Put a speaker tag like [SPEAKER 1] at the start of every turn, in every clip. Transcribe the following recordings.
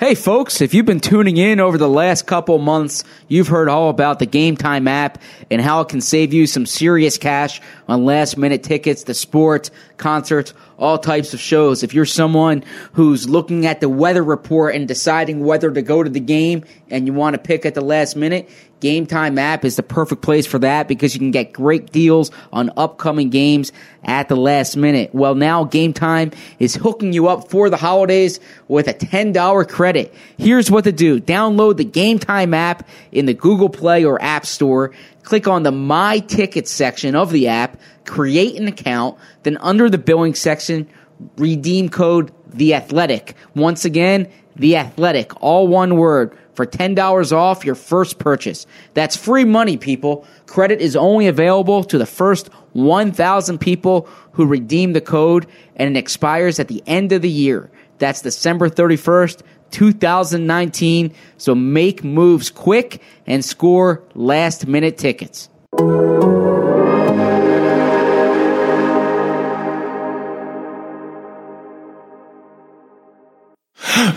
[SPEAKER 1] Hey, folks, if you've been tuning in over the last couple months, you've heard all about the Game Time app and how it can save you some serious cash on last minute tickets to sports, concerts, all types of shows. If you're someone who's looking at the weather report and deciding whether to go to the game and you want to pick at the last minute, Game Time app is the perfect place for that because you can get great deals on upcoming games at the last minute. Well, now Game Time is hooking you up for the holidays with a $10 credit. Here's what to do. Download the Game Time app in the Google Play or App Store. Click on the My Tickets section of the app, create an account, then under the billing section, redeem code The Athletic. Once again, The Athletic, all one word for $10 off your first purchase. That's free money, people. Credit is only available to the first 1,000 people who redeem the code and it expires at the end of the year. That's December 31st, 2019. So make moves quick and score last minute tickets.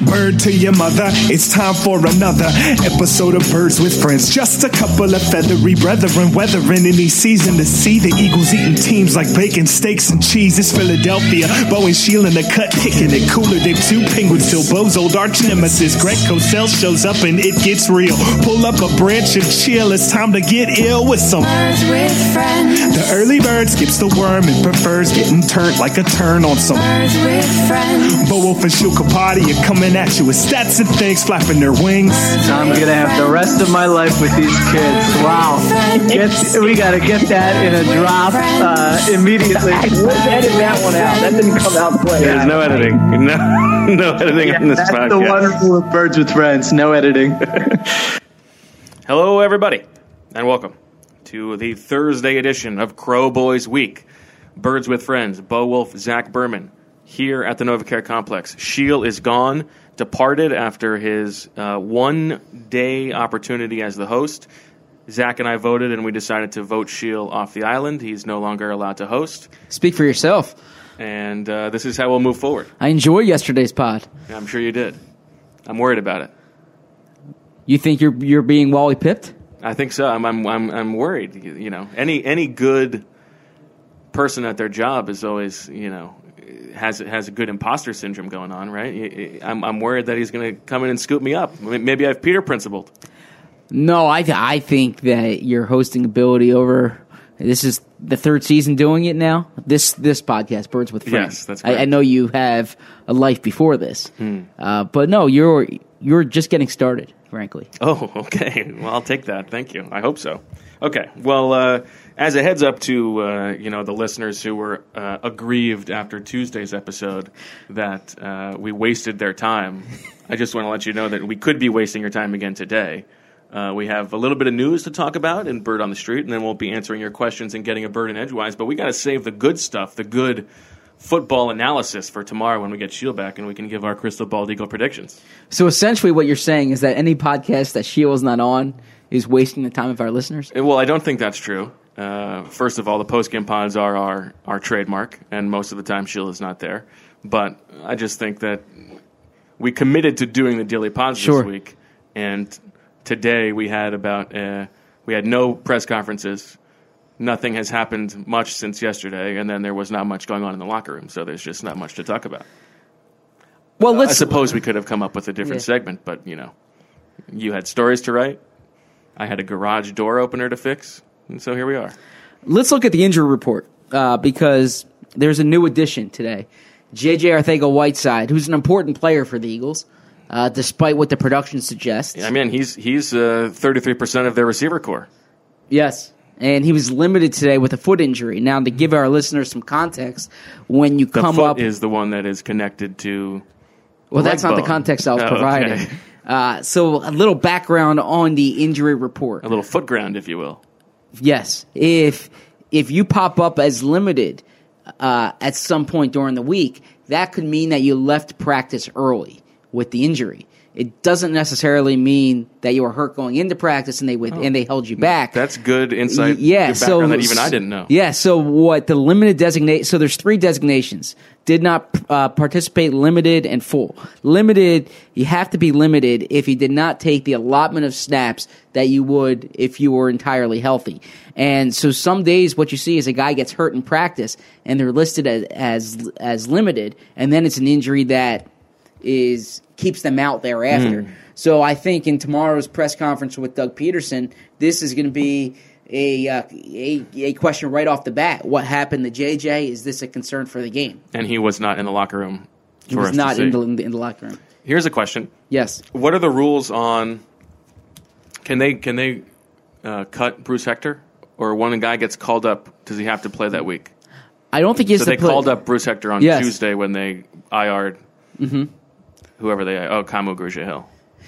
[SPEAKER 2] Bird to your mother, it's time for another episode of Birds with Friends. Just a couple of feathery brethren weathering any season to see the Eagles eating teams like bacon, steaks, and cheese. It's Philadelphia, Bo and Sheila in the cut, kicking it cooler than two penguins till Bo's old arch nemesis Greg Cosell shows up and it gets real. Pull up a branch and chill, it's time to get ill with some.
[SPEAKER 3] Birds with friends.
[SPEAKER 2] The early bird skips the worm and prefers getting turned like a turn on some.
[SPEAKER 3] Birds with friends.
[SPEAKER 2] Bo Wolf and Shil Kapadia coming at you with stats and things flapping their wings.
[SPEAKER 4] I'm gonna have the rest of my life with these kids. Wow. Get, we gotta get that in a drop uh, immediately.
[SPEAKER 5] Let's edit that one out. That didn't come out play.
[SPEAKER 6] There's no editing. No, no editing on this
[SPEAKER 4] That's
[SPEAKER 6] podcast.
[SPEAKER 4] the wonderful of Birds with Friends. No editing.
[SPEAKER 6] Hello, everybody, and welcome to the Thursday edition of Crow Boys Week. Birds with Friends, Bo Wolf, Zach Berman, here at the Novacare Complex. Shield is gone, departed after his uh, one day opportunity as the host. Zach and I voted, and we decided to vote Shield off the island. He's no longer allowed to host,
[SPEAKER 1] Speak for yourself.
[SPEAKER 6] and uh, this is how we'll move forward.
[SPEAKER 1] I enjoyed yesterday's pod.
[SPEAKER 6] I'm sure you did. I'm worried about it.
[SPEAKER 1] You think you're you're being Wally pipped?
[SPEAKER 6] I think so. I'm I'm I'm, I'm worried. You, you know, any any good person at their job is always you know has has a good imposter syndrome going on, right? Y- y- I'm I'm worried that he's going to come in and scoop me up. M- Maybe I've Peter principled.
[SPEAKER 1] No, I th- I think that your hosting ability over this is the third season doing it now. This this podcast, Birds with Friends.
[SPEAKER 6] Yes, that's
[SPEAKER 1] I, I
[SPEAKER 6] correct. Hmm.
[SPEAKER 1] know you have a life before this, uh, but no, you're you're just getting started. Frankly,
[SPEAKER 6] Oh, okay. Well, I'll take that. Thank you. I hope so. Okay. Well, uh, as a heads up to uh, you know the listeners who were uh, aggrieved after Tuesday's episode that uh, we wasted their time, I just want to let you know that we could be wasting your time again today. Uh, we have a little bit of news to talk about and Bird on the Street, and then we'll be answering your questions and getting a bird in edgewise. But we got to save the good stuff, the good football analysis for tomorrow when we get Shield back and we can give our crystal ball eagle predictions.
[SPEAKER 1] so essentially, what you're saying is that any podcast that Sheila's not on is wasting the time of our listeners.
[SPEAKER 6] Uh, Well, I don't think that's true. Uh, first of all, the post game pods are our, our trademark, and most of the time Sheila's not there. But I just think that we committed to doing the daily pods
[SPEAKER 1] Sure.
[SPEAKER 6] this week, and today we had about uh, we had no press conferences. Nothing has happened much since yesterday, and then there was not much going on in the locker room, so there's just not much to talk about.
[SPEAKER 1] Well,
[SPEAKER 6] Uh, I
[SPEAKER 1] let's
[SPEAKER 6] suppose we could have come up with a different
[SPEAKER 1] Yeah.
[SPEAKER 6] segment, but you know, you had stories to write. I had a garage door opener to fix, and so here we are.
[SPEAKER 1] let's look at the injury report uh, because there's a new addition today. JJ Arthego Whiteside, who's an important player for the Eagles, uh, despite what the production suggests.
[SPEAKER 6] I mean, he's he's thirty three percent of their receiver core.
[SPEAKER 1] Yes. And he was limited today with a foot injury. Now, to give our listeners some context, when you
[SPEAKER 6] The
[SPEAKER 1] come
[SPEAKER 6] foot
[SPEAKER 1] up,
[SPEAKER 6] is the one that is connected to.
[SPEAKER 1] well, that's
[SPEAKER 6] leg
[SPEAKER 1] not the
[SPEAKER 6] bone.
[SPEAKER 1] context I was
[SPEAKER 6] Oh, okay.
[SPEAKER 1] providing. Uh, so, a little background on the injury report.
[SPEAKER 6] A little foot ground, if you will.
[SPEAKER 1] Yes, if if you pop up as limited uh, at some point during the week, that could mean that you left practice early, with the injury. It doesn't necessarily mean that you were hurt going into practice and they
[SPEAKER 6] Oh.
[SPEAKER 1] with, and they held you back.
[SPEAKER 6] That's good insight.
[SPEAKER 1] Y- Yeah,
[SPEAKER 6] good
[SPEAKER 1] so
[SPEAKER 6] background that even I didn't know.
[SPEAKER 1] Yeah, so what the limited designate? So there's three designations: did not uh, participate, limited, and full. Limited, you have to be limited if you did not take the allotment of snaps that you would if you were entirely healthy. And so some days, what you see is a guy gets hurt in practice, and they're listed as as, as limited, and then it's an injury that is keeps them out thereafter.
[SPEAKER 6] Hmm.
[SPEAKER 1] So I think in tomorrow's press conference with Doug Peterson, this is going to be a, uh, a a question right off the bat. What happened to JJ? Is this a concern for the game?
[SPEAKER 6] And he was not in the locker room.
[SPEAKER 1] He was not in the, in the in the locker room.
[SPEAKER 6] Here's a question:
[SPEAKER 1] Yes,
[SPEAKER 6] What are the rules on? Can they can they uh, cut Bruce Hector? Or when a guy gets called up, does he have to play that week?
[SPEAKER 1] I don't think he has
[SPEAKER 6] So
[SPEAKER 1] to
[SPEAKER 6] they
[SPEAKER 1] play-
[SPEAKER 6] called up Bruce Hector on
[SPEAKER 1] Yes. Mm-hmm.
[SPEAKER 6] Tuesday when they IR'd whoever they oh Kamu Grugia Hill.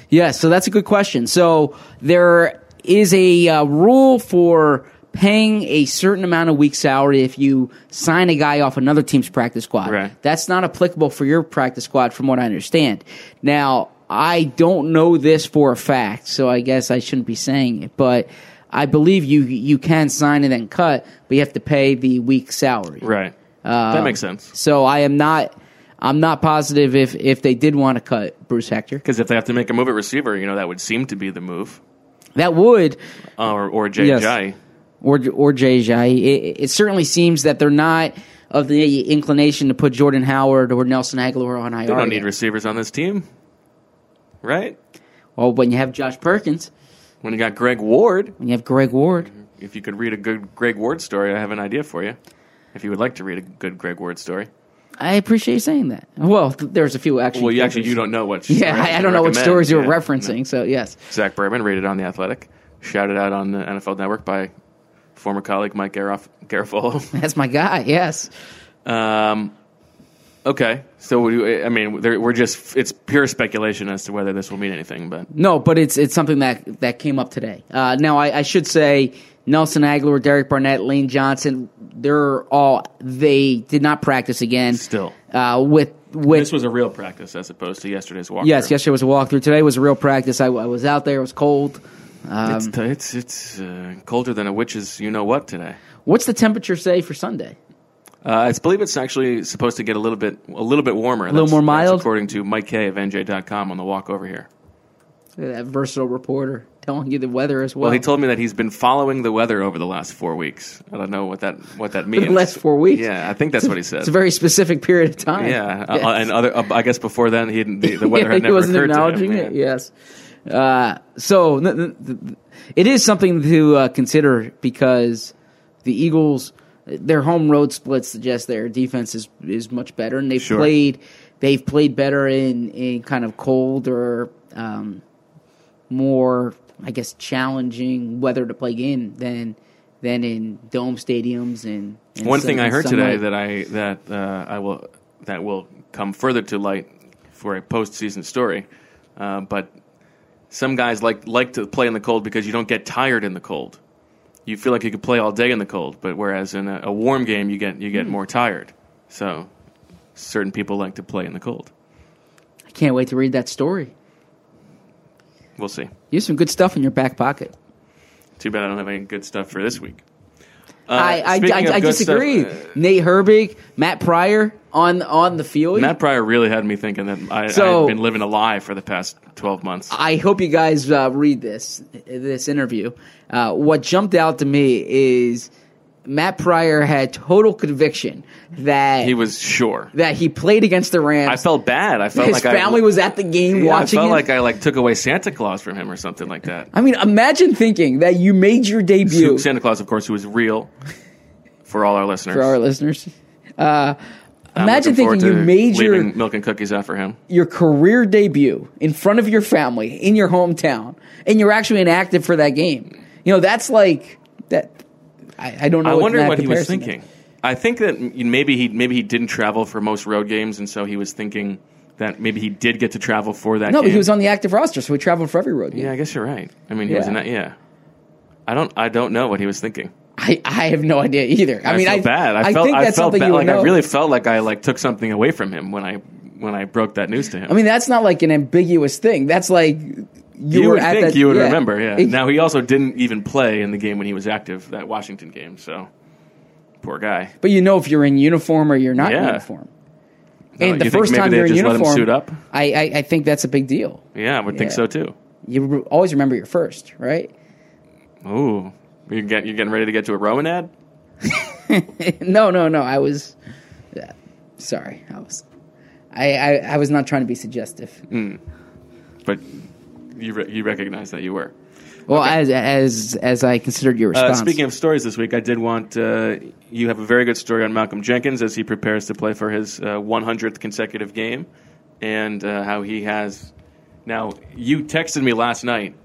[SPEAKER 1] Yeah, so that's a good question. So there is a uh, rule for paying a certain amount of week's salary if you sign a guy off another team's practice squad.
[SPEAKER 6] Right.
[SPEAKER 1] That's not applicable for your practice squad, from what I understand. Now, I don't know this for a fact, so I guess I shouldn't be saying it, but I believe you you can sign and then cut, but you have to pay the week's salary.
[SPEAKER 6] Right.
[SPEAKER 1] Uh,
[SPEAKER 6] that makes sense.
[SPEAKER 1] So I am not. I'm not positive if, if they did want to cut Bruce Hector.
[SPEAKER 6] Because if they have to make a move at receiver, you know that would seem to be the move.
[SPEAKER 1] That would
[SPEAKER 6] Or or JJ.
[SPEAKER 1] Yes. or or JJ. It, it certainly seems that they're not of the inclination to put Jordan Howard or Nelson Aguilar on IR.
[SPEAKER 6] They don't need
[SPEAKER 1] yet.
[SPEAKER 6] receivers on this team, right?
[SPEAKER 1] well, Oh, when you have Josh Perkins,
[SPEAKER 6] When you got Greg Ward,
[SPEAKER 1] when you have Greg Ward,
[SPEAKER 6] if you could read a good Greg Ward story, I have an idea for you. If you would like to read a good Greg Ward story,
[SPEAKER 1] I appreciate you saying that. Well, th- there's a few actually.
[SPEAKER 6] well, you actually you don't know what.
[SPEAKER 1] Yeah,
[SPEAKER 6] story
[SPEAKER 1] I, I
[SPEAKER 6] can
[SPEAKER 1] don't know what
[SPEAKER 6] recommend.
[SPEAKER 1] stories you were
[SPEAKER 6] Yeah.
[SPEAKER 1] referencing. So yes,
[SPEAKER 6] Zach Berman, rated on the Athletic, shouted out on the NFL Network by former colleague Mike Garof- Garofalo.
[SPEAKER 1] that's my guy. Yes,
[SPEAKER 6] um, okay, so what do you- I mean, there, we're just—it's pure speculation as to whether this will mean anything. But
[SPEAKER 1] no, but it's it's something that that came up today. Uh, now I, I should say. Nelson Aguilar, Derek Barnett, Lane Johnson, they're all, they did not practice again.
[SPEAKER 6] Still.
[SPEAKER 1] Uh, with, with,
[SPEAKER 6] this was a real practice as opposed to yesterday's walk.
[SPEAKER 1] Yes, yesterday was a walkthrough. Today was a real practice. I, I was out there. It was cold. Um,
[SPEAKER 6] It's it's, it's uh, colder than a witch's you know what today.
[SPEAKER 1] what's the temperature say for Sunday?
[SPEAKER 6] Uh, I believe it's actually supposed to get a little bit a little bit warmer, a
[SPEAKER 1] little more mild?
[SPEAKER 6] according to Mike K of NJ.com on the walk over here.
[SPEAKER 1] Look at That versatile reporter telling you the weather as well.
[SPEAKER 6] Well, he told me that he's been following the weather over the last four weeks. I don't know what that what that means.
[SPEAKER 1] the last four weeks.
[SPEAKER 6] Yeah, I think that's what he said.
[SPEAKER 1] it's a very specific period of time.
[SPEAKER 6] yeah,
[SPEAKER 1] Yes.
[SPEAKER 6] uh, and other uh, I guess before then he didn't, the, the weather had
[SPEAKER 1] he
[SPEAKER 6] never
[SPEAKER 1] wasn't
[SPEAKER 6] occurred
[SPEAKER 1] acknowledging
[SPEAKER 6] to him.
[SPEAKER 1] it. Yes. Uh, so n- n- th- it is something to uh, consider because the Eagles, their home road splits suggest their defense is is much better, and they've
[SPEAKER 6] Sure.
[SPEAKER 1] played they've played better in in kind of cold or um, more, I guess, challenging weather to play in than than in dome stadiums and. and
[SPEAKER 6] One
[SPEAKER 1] sun-
[SPEAKER 6] thing I
[SPEAKER 1] and
[SPEAKER 6] heard today
[SPEAKER 1] sunlight.
[SPEAKER 6] that I that uh, I will that will come further to light for a postseason story, uh, but some guys like like to play in the cold because you don't get tired in the cold. You feel like you could play all day in the cold, but whereas in a, a warm game you get you
[SPEAKER 1] Hmm.
[SPEAKER 6] get more tired. So certain people like to play in the cold.
[SPEAKER 1] I can't wait to read that story.
[SPEAKER 6] We'll see.
[SPEAKER 1] You have some good stuff in your back pocket.
[SPEAKER 6] Too bad I don't have any good stuff for this week. Uh,
[SPEAKER 1] I, I,
[SPEAKER 6] speaking
[SPEAKER 1] I,
[SPEAKER 6] of
[SPEAKER 1] I
[SPEAKER 6] good stuff,
[SPEAKER 1] disagree.
[SPEAKER 6] uh,
[SPEAKER 1] Nate Herbig, Matt Pryor on on the field.
[SPEAKER 6] Matt Pryor really had me thinking that I,
[SPEAKER 1] So-
[SPEAKER 6] I've been living a lie for the past twelve months.
[SPEAKER 1] I hope you guys uh, read this this interview. Uh, what jumped out to me is Matt Pryor had total conviction that
[SPEAKER 6] He was sure.
[SPEAKER 1] that he played against the Rams.
[SPEAKER 6] I felt bad. I felt
[SPEAKER 1] His
[SPEAKER 6] like
[SPEAKER 1] family
[SPEAKER 6] I,
[SPEAKER 1] was at the game
[SPEAKER 6] Yeah,
[SPEAKER 1] watching.
[SPEAKER 6] I felt
[SPEAKER 1] him.
[SPEAKER 6] like I like took away Santa Claus from him or something like that.
[SPEAKER 1] I mean, imagine thinking that you made your debut.
[SPEAKER 6] Who- Santa Claus, of course, who is real for all our listeners.
[SPEAKER 1] for our listeners. Uh,
[SPEAKER 6] I'm
[SPEAKER 1] imagine thinking
[SPEAKER 6] looking
[SPEAKER 1] you
[SPEAKER 6] forward to
[SPEAKER 1] made your
[SPEAKER 6] leaving milk and cookies out for him.
[SPEAKER 1] your career debut in front of your family in your hometown, and you're actually inactive for that game. You know, that's like that. I, I don't know.
[SPEAKER 6] I wonder
[SPEAKER 1] that
[SPEAKER 6] what he was
[SPEAKER 1] comparison is.
[SPEAKER 6] thinking. I think that m- maybe he maybe he didn't travel for most road games, and so he was thinking that maybe he did get to travel for that.
[SPEAKER 1] No, but
[SPEAKER 6] game.
[SPEAKER 1] he was on the active roster, so he traveled for every road game.
[SPEAKER 6] Yeah, I guess you're right. I mean, he was
[SPEAKER 1] Yeah.
[SPEAKER 6] in that. Yeah, I don't. I don't know what he was thinking.
[SPEAKER 1] I, I have no idea either. I, mean,
[SPEAKER 6] feel
[SPEAKER 1] I
[SPEAKER 6] bad. I, felt.
[SPEAKER 1] think
[SPEAKER 6] I
[SPEAKER 1] that's
[SPEAKER 6] felt
[SPEAKER 1] something
[SPEAKER 6] bad.
[SPEAKER 1] you would
[SPEAKER 6] like
[SPEAKER 1] know.
[SPEAKER 6] I really felt like I like took something away from him when I when I broke that news to him.
[SPEAKER 1] I mean, that's not like an ambiguous thing. That's like you,
[SPEAKER 6] you
[SPEAKER 1] were
[SPEAKER 6] would
[SPEAKER 1] at
[SPEAKER 6] think
[SPEAKER 1] that,
[SPEAKER 6] you would
[SPEAKER 1] yeah.
[SPEAKER 6] remember, yeah.
[SPEAKER 1] It-
[SPEAKER 6] now he also didn't even play in the game when he was active, that Washington game. So poor guy.
[SPEAKER 1] but you know if you're in uniform or you're not in
[SPEAKER 6] Yeah.
[SPEAKER 1] uniform.
[SPEAKER 6] No,
[SPEAKER 1] and the
[SPEAKER 6] you think
[SPEAKER 1] first
[SPEAKER 6] maybe
[SPEAKER 1] time
[SPEAKER 6] they
[SPEAKER 1] you're in
[SPEAKER 6] just let him
[SPEAKER 1] uniform,
[SPEAKER 6] suit up?
[SPEAKER 1] I, I I think that's a big deal.
[SPEAKER 6] Yeah, I would think
[SPEAKER 1] Yeah.
[SPEAKER 6] so too.
[SPEAKER 1] You re- always remember your first, right?
[SPEAKER 6] Ooh, you get you getting ready to get to a Roman ad?
[SPEAKER 1] No, no, no. I was yeah, sorry. I was I, I I was not trying to be suggestive.
[SPEAKER 6] Mm, But you re- you recognize that you were.
[SPEAKER 1] Well, as as as I considered your
[SPEAKER 6] Uh,
[SPEAKER 1] response.
[SPEAKER 6] speaking of stories this week, I did want uh, you have a very good story on Malcolm Jenkins as he prepares to play for his uh, 100th consecutive game, and uh, how he has. Now you texted me last night,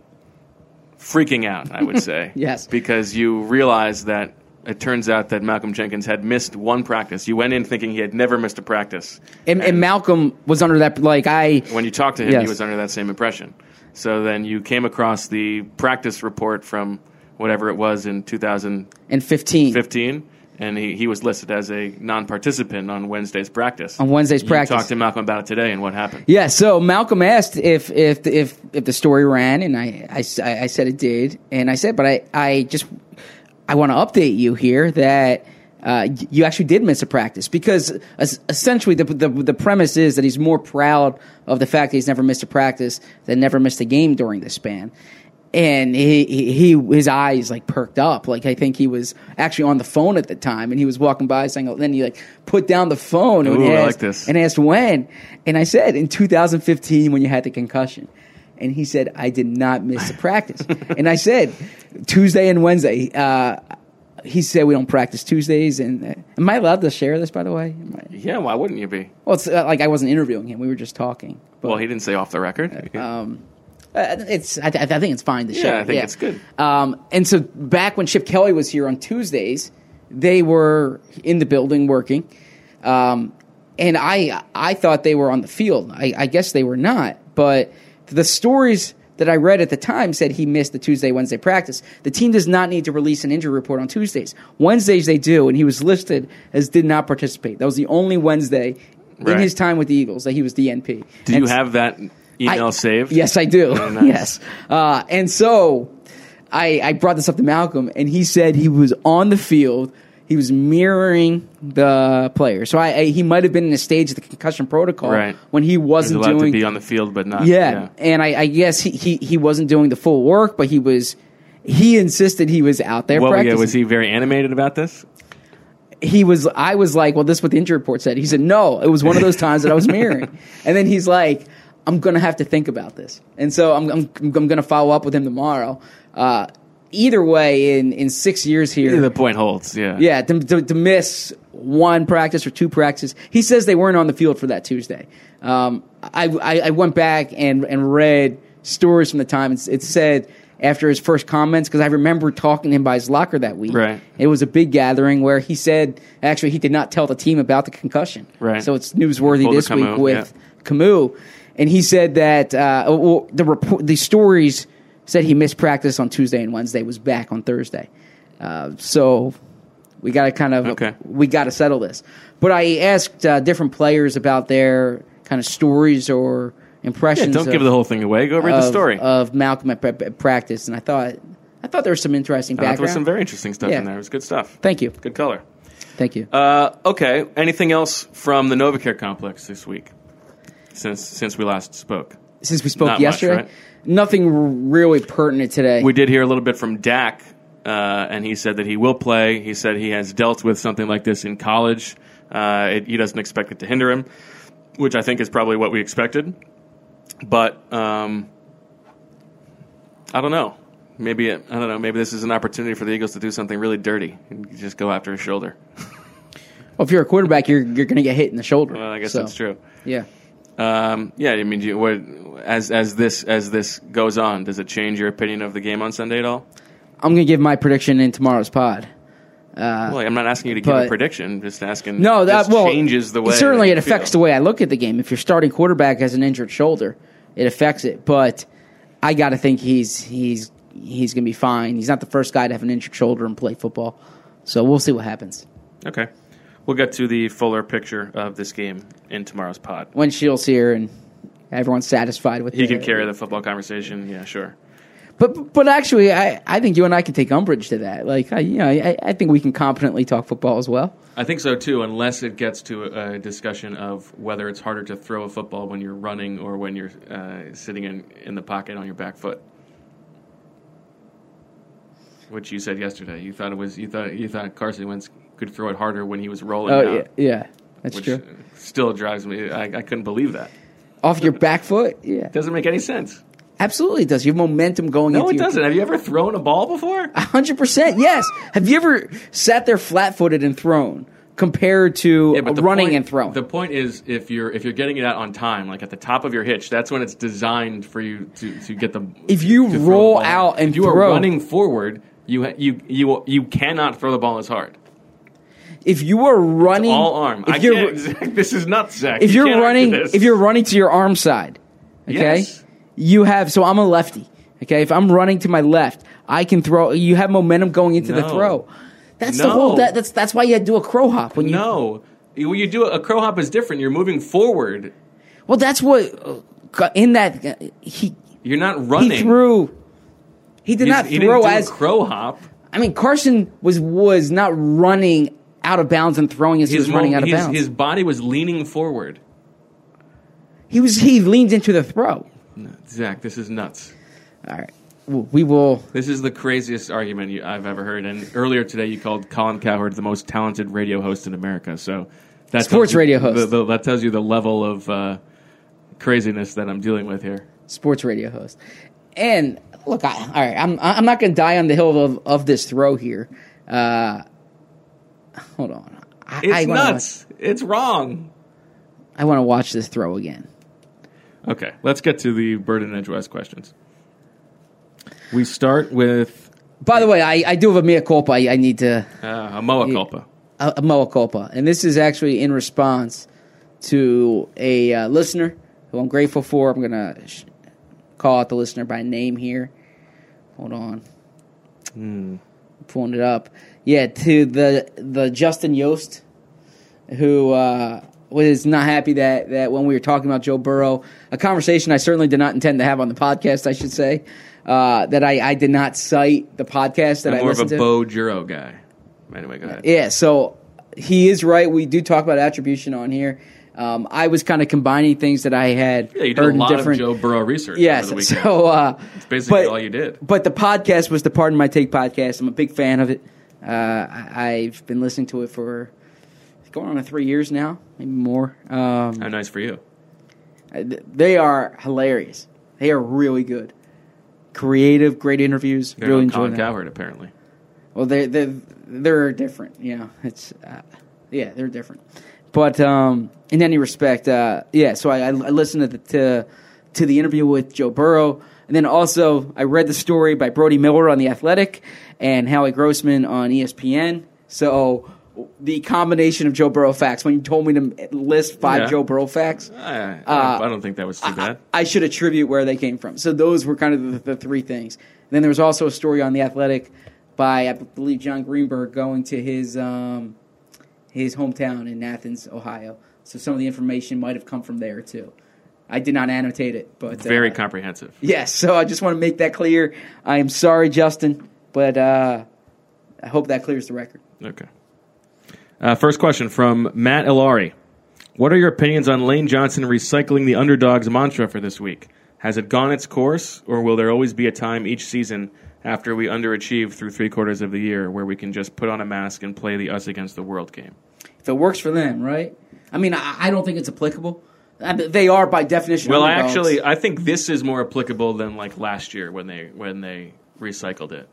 [SPEAKER 6] freaking out. I would say
[SPEAKER 1] Yes.
[SPEAKER 6] because you realized that it turns out that Malcolm Jenkins had missed one practice. You went in thinking he had never missed a practice.
[SPEAKER 1] and, and
[SPEAKER 6] and-
[SPEAKER 1] Malcolm was under that like I
[SPEAKER 6] when you talked to him,
[SPEAKER 1] Yes.
[SPEAKER 6] he was under that same impression. So then you came across the practice report from whatever it was in 2015,
[SPEAKER 1] in 15
[SPEAKER 6] and he, he was listed as a non participant on Wednesday's practice.
[SPEAKER 1] On Wednesday's
[SPEAKER 6] you
[SPEAKER 1] practice.
[SPEAKER 6] talked to Malcolm about it today and what happened.
[SPEAKER 1] Yeah, so Malcolm asked if if if if the story ran, and I I, s- I- I said it did, and I said, but I I just I want to update you here that. Uh, y- you actually did miss a practice because es- essentially the, the the premise is that he's more proud of the fact that he's never missed a practice than never missed a game during this span, and he, he he- his eyes like perked up like I think he was actually on the phone at the time and he was walking by saying "Oh," and then he like put down the phone and
[SPEAKER 6] Ooh, I
[SPEAKER 1] asked,
[SPEAKER 6] like this.
[SPEAKER 1] and asked when. And I said, in 2015 when you had the concussion. And he said, I did not miss a practice. and I said, Tuesday and Wednesday. Uh, he said, we don't practice Tuesdays. And uh, am I allowed to share this, by the way? Am I-
[SPEAKER 6] Yeah, why wouldn't you be?
[SPEAKER 1] well, it's uh, like I wasn't interviewing him. We were just talking. But
[SPEAKER 6] Well, he didn't say off the record.
[SPEAKER 1] Um, uh, it's, I, th- I think it's fine to share.
[SPEAKER 6] I think it's good.
[SPEAKER 1] Um, and so back when Chip Kelly was here on Tuesdays, they were in the building working, um, and I I thought they were on the field. I, I guess they were not, but the stories that I read at the time said he missed the Tuesday Wednesday practice. The team does not need to release an injury report on Tuesdays. Wednesdays they do, and he was listed as did not participate. That was the only Wednesday. In
[SPEAKER 6] Right.
[SPEAKER 1] his time with the Eagles, that he was DNP.
[SPEAKER 6] Do you
[SPEAKER 1] And-
[SPEAKER 6] have that email
[SPEAKER 1] I-
[SPEAKER 6] saved?
[SPEAKER 1] Yes, I do.
[SPEAKER 6] nice.
[SPEAKER 1] Yes. Uh, and so I, I brought this up to Malcolm, and he said he was on the field. He was mirroring the player. So I, I he might have been in a stage of the concussion protocol
[SPEAKER 6] Right.
[SPEAKER 1] when he
[SPEAKER 6] He's
[SPEAKER 1] wasn't
[SPEAKER 6] allowed
[SPEAKER 1] doing
[SPEAKER 6] to be on the field, but not.
[SPEAKER 1] yeah. And I, I guess he, he, he wasn't doing the full work, but he was he insisted he was out there
[SPEAKER 6] Well, yeah,
[SPEAKER 1] practicing.
[SPEAKER 6] was he very animated about this?
[SPEAKER 1] he was I was like, Well, this is what the injury report said. He said, No, it was one of those times that I was mirroring. and then he's like, I'm gonna have to think about this. And so I'm I'm, I'm gonna follow up with him tomorrow. Uh, either way, in in six years here
[SPEAKER 6] The point holds. Yeah.
[SPEAKER 1] yeah, to, to, to miss one practice or two practices. He says they weren't on the field for that Tuesday. Um, I, I, I went back and, and read stories from the time. It's, it said after his first comments, because I remember talking to him by his locker that week.
[SPEAKER 6] Right.
[SPEAKER 1] It was a big gathering where he said, actually, he did not tell the team about the concussion.
[SPEAKER 6] Right.
[SPEAKER 1] So it's newsworthy
[SPEAKER 6] Pulled a
[SPEAKER 1] this week
[SPEAKER 6] Camus,
[SPEAKER 1] with
[SPEAKER 6] yeah.
[SPEAKER 1] Camus. And he said that uh, well, the, report, the stories said he missed practice on Tuesday and Wednesday, was back on Thursday. Uh, so we got to kind of
[SPEAKER 6] Okay.
[SPEAKER 1] we got to settle this. But I asked uh, different players about their kind of stories or
[SPEAKER 6] Yeah,
[SPEAKER 1] impressions.
[SPEAKER 6] don't
[SPEAKER 1] of,
[SPEAKER 6] give the whole thing away. Go read
[SPEAKER 1] of, uh,
[SPEAKER 6] the story.
[SPEAKER 1] of Malcolm at, pra- at practice, and I thought I thought there was some interesting
[SPEAKER 6] Uh,
[SPEAKER 1] background.
[SPEAKER 6] there was some very interesting stuff
[SPEAKER 1] Yeah.
[SPEAKER 6] in there. It was good stuff.
[SPEAKER 1] Thank you,
[SPEAKER 6] Good color.
[SPEAKER 1] thank you.
[SPEAKER 6] Uh, okay. Anything else from the NovaCare complex this week? Since since we last spoke,
[SPEAKER 1] Since we spoke
[SPEAKER 6] not much,
[SPEAKER 1] yesterday,
[SPEAKER 6] right?
[SPEAKER 1] nothing r- really pertinent today.
[SPEAKER 6] we did hear a little bit from Dak, uh, and he said that he will play. He said he has dealt with something like this in college. Uh, it, he doesn't expect it to hinder him, which I think is probably what we expected. But um, I don't know. Maybe it, I don't know. Maybe this is an opportunity for the Eagles to do something really dirty and just go after his shoulder.
[SPEAKER 1] well, Oh, if you're a quarterback, you're you're going to get hit in the shoulder.
[SPEAKER 6] Well, I guess
[SPEAKER 1] So,
[SPEAKER 6] that's true.
[SPEAKER 1] Yeah.
[SPEAKER 6] Um, yeah, I mean, do you, what, as as this as this goes on, does it change your opinion of the game on Sunday at all?
[SPEAKER 1] I'm going to give my prediction in tomorrow's pod.
[SPEAKER 6] well, I'm not asking you to give
[SPEAKER 1] but-
[SPEAKER 6] a prediction. Just asking.
[SPEAKER 1] No, that
[SPEAKER 6] this
[SPEAKER 1] well
[SPEAKER 6] changes the way.
[SPEAKER 1] Certainly,
[SPEAKER 6] that
[SPEAKER 1] it
[SPEAKER 6] you
[SPEAKER 1] affects
[SPEAKER 6] feel.
[SPEAKER 1] the way I look at the game. If your starting quarterback has an injured shoulder, it affects it. But I got to think he's he's he's going to be fine. He's not the first guy to have an injured shoulder and play football, so we'll see what happens.
[SPEAKER 6] Okay. we'll get to the fuller picture of this game in tomorrow's pod.
[SPEAKER 1] when Shields here and everyone's satisfied with
[SPEAKER 6] He
[SPEAKER 1] their-
[SPEAKER 6] can carry the football conversation. Yeah, sure.
[SPEAKER 1] But but actually, I, I think you and I can take umbrage to that. Like I, you know, I, I think we can competently talk football as well.
[SPEAKER 6] I think so too, unless it gets to a discussion of whether it's harder to throw a football when you're running or when you're uh, sitting in, in the pocket on your back foot. Which you said yesterday. You thought it was you thought you thought Carson Wentz could throw it harder when he was rolling.
[SPEAKER 1] Oh
[SPEAKER 6] out,
[SPEAKER 1] yeah, yeah, that's
[SPEAKER 6] which
[SPEAKER 1] true.
[SPEAKER 6] still drives me. I, I couldn't believe that.
[SPEAKER 1] Off your back foot, yeah,
[SPEAKER 6] Doesn't make any sense.
[SPEAKER 1] absolutely does. You have momentum going.
[SPEAKER 6] No,
[SPEAKER 1] into
[SPEAKER 6] it
[SPEAKER 1] your-
[SPEAKER 6] doesn't. Have you ever thrown a ball before?
[SPEAKER 1] hundred percent. Yes. Have you ever sat there flat footed and thrown compared to
[SPEAKER 6] Yeah, but the
[SPEAKER 1] running
[SPEAKER 6] point-
[SPEAKER 1] and throwing?
[SPEAKER 6] The point is, if you're if you're getting it out on time, like at the top of your hitch, that's when it's designed for you to, to get the.
[SPEAKER 1] If you
[SPEAKER 6] to throw the
[SPEAKER 1] roll
[SPEAKER 6] ball.
[SPEAKER 1] out and
[SPEAKER 6] if you are
[SPEAKER 1] throw-
[SPEAKER 6] running forward, you ha- you you you cannot throw the ball as hard.
[SPEAKER 1] if you are running,
[SPEAKER 6] All arm.
[SPEAKER 1] If
[SPEAKER 6] I
[SPEAKER 1] you're
[SPEAKER 6] can't. Zach, this is nuts, Zach.
[SPEAKER 1] if
[SPEAKER 6] You
[SPEAKER 1] you're
[SPEAKER 6] cannot do
[SPEAKER 1] running,
[SPEAKER 6] this.
[SPEAKER 1] if you're running to your arm side, okay,
[SPEAKER 6] Yes.
[SPEAKER 1] you have. So I'm a lefty. Okay, if I'm running to my left, I can throw. You have momentum going into the
[SPEAKER 6] No.
[SPEAKER 1] throw. That's the
[SPEAKER 6] No.
[SPEAKER 1] whole. That, that's that's why you had to do a crow hop when you.
[SPEAKER 6] no, You- when you do a, a crow hop is different. You're moving forward.
[SPEAKER 1] Well, that's what uh, in that uh, he
[SPEAKER 6] You're not running.
[SPEAKER 1] he threw. He did
[SPEAKER 6] He's-
[SPEAKER 1] not
[SPEAKER 6] he didn't
[SPEAKER 1] throw
[SPEAKER 6] do a
[SPEAKER 1] as
[SPEAKER 6] crow hop.
[SPEAKER 1] I mean, Carson was was not running out of bounds and throwing as he was
[SPEAKER 6] His
[SPEAKER 1] running
[SPEAKER 6] mo-
[SPEAKER 1] out of
[SPEAKER 6] his-
[SPEAKER 1] bounds.
[SPEAKER 6] His body was leaning forward.
[SPEAKER 1] he was he leaned into the throw.
[SPEAKER 6] Zach, this is nuts.
[SPEAKER 1] All right, W- we will.
[SPEAKER 6] This is the craziest argument you, I've ever heard. And earlier today, you called Colin Cowherd the most talented radio host in America. So that's
[SPEAKER 1] Sports radio host.
[SPEAKER 6] The, the, that tells you the level of uh, craziness that I'm dealing with here.
[SPEAKER 1] sports radio host. And look, I, all right, I'm I'm not going to die on the hill of, of this throw here. Uh, hold on, I,
[SPEAKER 6] It's
[SPEAKER 1] I wanna
[SPEAKER 6] nuts. It's wrong.
[SPEAKER 1] watch- I want to watch this throw again.
[SPEAKER 6] Okay, let's get to the Bird and Edgewise questions. We start with
[SPEAKER 1] By the way, I, I do have a mea culpa. I, I need to
[SPEAKER 6] uh, a moa culpa.
[SPEAKER 1] a, a moa culpa, and this is actually in response to a uh, listener who I'm grateful for. I'm going to sh- call out the listener by name here. Hold on,
[SPEAKER 6] Hmm.
[SPEAKER 1] pulling it up. Yeah, to the the Justin Yost who uh, was not happy that, that when we were talking about Joe Burrow, a conversation I certainly did not intend to have on the podcast, I should say, uh, that I, I did not cite the podcast that
[SPEAKER 6] I'm
[SPEAKER 1] I
[SPEAKER 6] more of a
[SPEAKER 1] listened to.
[SPEAKER 6] Bo Juro guy. Anyway, go ahead.
[SPEAKER 1] Yeah, so he is right. We do talk about attribution on here. Um, I was kind of combining things that I had
[SPEAKER 6] Yeah, you did
[SPEAKER 1] heard
[SPEAKER 6] a lot
[SPEAKER 1] in different.
[SPEAKER 6] of Joe Burrow research.
[SPEAKER 1] yes,
[SPEAKER 6] over the weekend.
[SPEAKER 1] so uh,
[SPEAKER 6] basically
[SPEAKER 1] but-
[SPEAKER 6] all you did.
[SPEAKER 1] But the podcast was the Pardon My Take podcast. I'm a big fan of it. Uh, I, I've been listening to it for going on three years now, maybe more. Um,
[SPEAKER 6] How nice for you.
[SPEAKER 1] they are hilarious. They are really good, creative, great interviews.
[SPEAKER 6] You're
[SPEAKER 1] really
[SPEAKER 6] on
[SPEAKER 1] enjoy
[SPEAKER 6] Colin
[SPEAKER 1] them.
[SPEAKER 6] Cowherd, apparently.
[SPEAKER 1] Well, they're they're they're different. You know, it's uh, yeah, they're different. But um, in any respect, uh, yeah. So I, I listened to the to, to the interview with Joe Burrow, and then also I read the story by Brody Miller on the Athletic and Howie Grossman on E ESPN. So the combination of Joe Burrow facts. When you told me to list five
[SPEAKER 6] Yeah.
[SPEAKER 1] Joe Burrow facts,
[SPEAKER 6] I, I
[SPEAKER 1] Uh,
[SPEAKER 6] don't- I don't think that was too bad.
[SPEAKER 1] I should attribute where they came from. So those were kind of the, the three things. And then there was also a story on the Athletic by I believe John Greenberg going to his um, his hometown in Athens, Ohio. So some of the information might have come from there too. I did not annotate it, but uh,
[SPEAKER 6] Very comprehensive.
[SPEAKER 1] Yes, so I just want to make that clear. I am sorry, Justin, but uh, I hope that clears the record.
[SPEAKER 6] Okay. Uh, first question from Matt Ilari. What are your opinions on Lane Johnson recycling the underdog's mantra for this week? Has it gone its course, or will there always be a time each season after we underachieve through three quarters of the year where we can just put on a mask and play the us against the world game?
[SPEAKER 1] If it works for them, right? I mean, I, I don't think it's applicable. I mean, they are by definition.
[SPEAKER 6] Well, I
[SPEAKER 1] underdogs.
[SPEAKER 6] actually I think this is more applicable than like last year when they when they recycled it.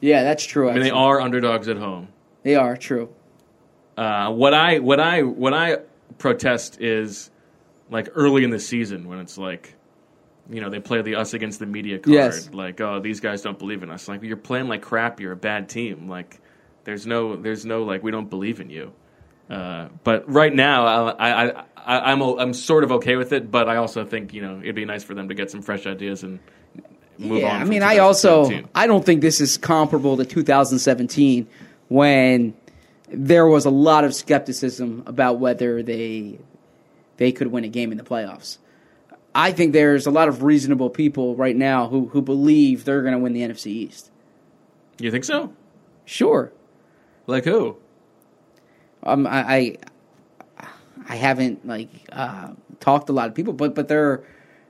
[SPEAKER 1] yeah, that's true.
[SPEAKER 6] I mean, they
[SPEAKER 1] actually.
[SPEAKER 6] are underdogs at home.
[SPEAKER 1] They are true.
[SPEAKER 6] Uh, what I what I what I protest is like early in the season when it's like you know they play the us against the media card
[SPEAKER 1] Yes.
[SPEAKER 6] like oh these guys don't believe in us like you're playing like crap you're a bad team like there's no there's no like we don't believe in you uh, but right now I, I, I, I I'm o- I'm sort of okay with it but I also think you know it'd be nice for them to get some fresh ideas and move
[SPEAKER 1] yeah,
[SPEAKER 6] on
[SPEAKER 1] I
[SPEAKER 6] from
[SPEAKER 1] mean, I also
[SPEAKER 6] 2017.
[SPEAKER 1] I don't think this is comparable to 2017 when there was a lot of skepticism about whether they they could win a game in the playoffs. I think there's a lot of reasonable people right now who who believe they're going to win the NFC East.
[SPEAKER 6] You think so?
[SPEAKER 1] Sure,
[SPEAKER 6] Like who?
[SPEAKER 1] um, I, I I haven't like uh, talked to a lot of people, but but they're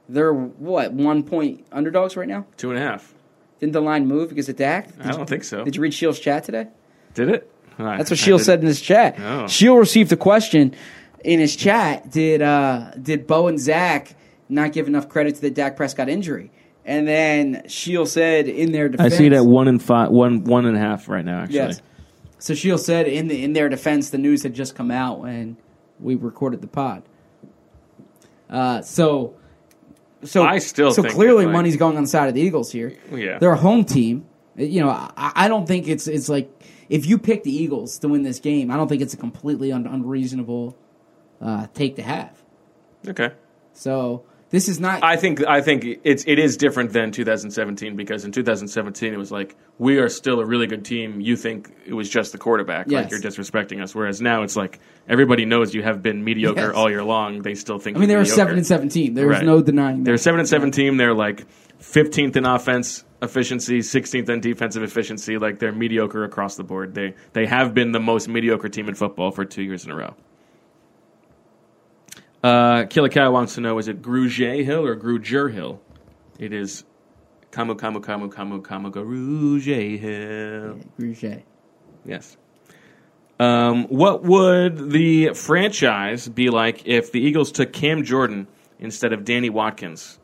[SPEAKER 1] they're what one point underdogs right now.
[SPEAKER 6] Two and a half.
[SPEAKER 1] Didn't the line move because of Dak? Did
[SPEAKER 6] I
[SPEAKER 1] you-
[SPEAKER 6] don't think so.
[SPEAKER 1] Did you read Shields' chat today?
[SPEAKER 6] Did it?
[SPEAKER 1] That's what Shield said in his chat.
[SPEAKER 6] Oh.
[SPEAKER 1] Shield received a question in his chat. Did uh, did Bo and Zach not give enough credit to the Dak Prescott injury? And then Shield said in their
[SPEAKER 7] I
[SPEAKER 1] defense,
[SPEAKER 7] see it at one and five, one one and a half right now. Actually,
[SPEAKER 1] Yes. So Shield said in the, in their defense, the news had just come out when we recorded the pod. Uh, so, so
[SPEAKER 6] I still
[SPEAKER 1] so
[SPEAKER 6] think
[SPEAKER 1] clearly
[SPEAKER 6] that, like-
[SPEAKER 1] money's going on the side of the Eagles here.
[SPEAKER 6] Yeah.
[SPEAKER 1] they're a home team. Uh, You know, I, I don't think it's it's like if you pick the Eagles to win this game, I don't think it's a completely un- unreasonable uh, take to have.
[SPEAKER 6] Okay.
[SPEAKER 1] So this is not.
[SPEAKER 6] I think I think it's it is different than 2017 because in 2017 it was like we are still a really good team. You think it was just the quarterback,
[SPEAKER 1] Yes.
[SPEAKER 6] like you're disrespecting us. Whereas now it's like everybody knows you have been mediocre
[SPEAKER 1] Yes.
[SPEAKER 6] all year long. They still think.
[SPEAKER 1] I mean,
[SPEAKER 6] you're
[SPEAKER 1] they were
[SPEAKER 6] mediocre.
[SPEAKER 1] seven and seventeen. There's
[SPEAKER 6] Right.
[SPEAKER 1] no denying.
[SPEAKER 6] They're
[SPEAKER 1] that.
[SPEAKER 6] seven and seven team. They're like 15th in offense efficiency, 16th in defensive efficiency. Like they're mediocre across the board. They they have been the most mediocre team in football for two years in a row. Uh, Killer Cow wants to know: Is it Grugier Hill or Grugier Hill? It is Kamu Kamu Kamu Kamu Kamu Grugier Hill.
[SPEAKER 1] Grugier.
[SPEAKER 6] Yes. Um, what would the franchise be like if the Eagles took Cam Jordan instead of Danny Watkins?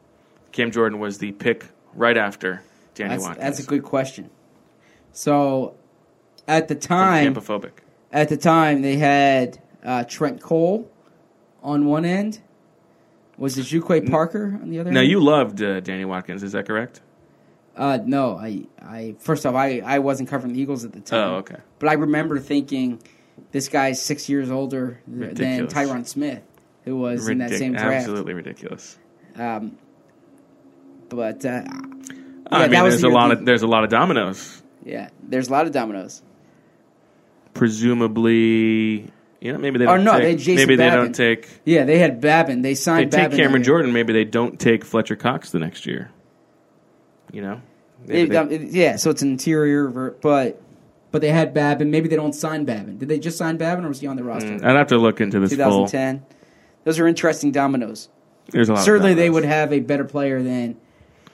[SPEAKER 6] Cam Jordan was the pick right after Danny
[SPEAKER 1] That's,
[SPEAKER 6] Watkins.
[SPEAKER 1] that's a good question. So, at the time,
[SPEAKER 6] Campophobic.
[SPEAKER 1] at the time they had uh, Trent Cole on one end. Was it Juque Parker on the other?
[SPEAKER 6] Now
[SPEAKER 1] end?
[SPEAKER 6] you loved uh, Danny Watkins, is that correct?
[SPEAKER 1] Uh, no, I, I. First off, I, I wasn't covering the Eagles at the time.
[SPEAKER 6] Oh, okay.
[SPEAKER 1] But I remember thinking, this guy's six years older th-
[SPEAKER 6] Ridiculous.
[SPEAKER 1] than Tyron Smith, who was in that
[SPEAKER 6] Ridic-
[SPEAKER 1] same draft.
[SPEAKER 6] Absolutely ridiculous.
[SPEAKER 1] Um, but uh,
[SPEAKER 6] I
[SPEAKER 1] that was
[SPEAKER 6] mean, there's
[SPEAKER 1] the
[SPEAKER 6] a
[SPEAKER 1] year
[SPEAKER 6] lot
[SPEAKER 1] the-
[SPEAKER 6] of there's a lot of dominoes.
[SPEAKER 1] yeah, there's a lot of dominoes.
[SPEAKER 6] Presumably, you know, maybe they
[SPEAKER 1] Oh,
[SPEAKER 6] don't.
[SPEAKER 1] no, they had
[SPEAKER 6] take,
[SPEAKER 1] Jason
[SPEAKER 6] maybe they
[SPEAKER 1] Babin.
[SPEAKER 6] don't take.
[SPEAKER 1] Yeah, they had Babin. They
[SPEAKER 6] They
[SPEAKER 1] signed.
[SPEAKER 6] take
[SPEAKER 1] Babin
[SPEAKER 6] Cameron
[SPEAKER 1] that year.
[SPEAKER 6] Jordan. Maybe they don't take Fletcher Cox the next year. You know, Maybe
[SPEAKER 1] It-
[SPEAKER 6] they-
[SPEAKER 1] um, it- yeah, so it's an interior, ver- but but they had Babin. Maybe they don't sign Babin. Did they just sign Babin, or was he on the roster?
[SPEAKER 6] I'd have to look into this Mm, full.
[SPEAKER 1] 2010. Those are interesting dominoes.
[SPEAKER 6] There's a lot of
[SPEAKER 1] Certainly, they
[SPEAKER 6] dominoes.
[SPEAKER 1] would have a better player than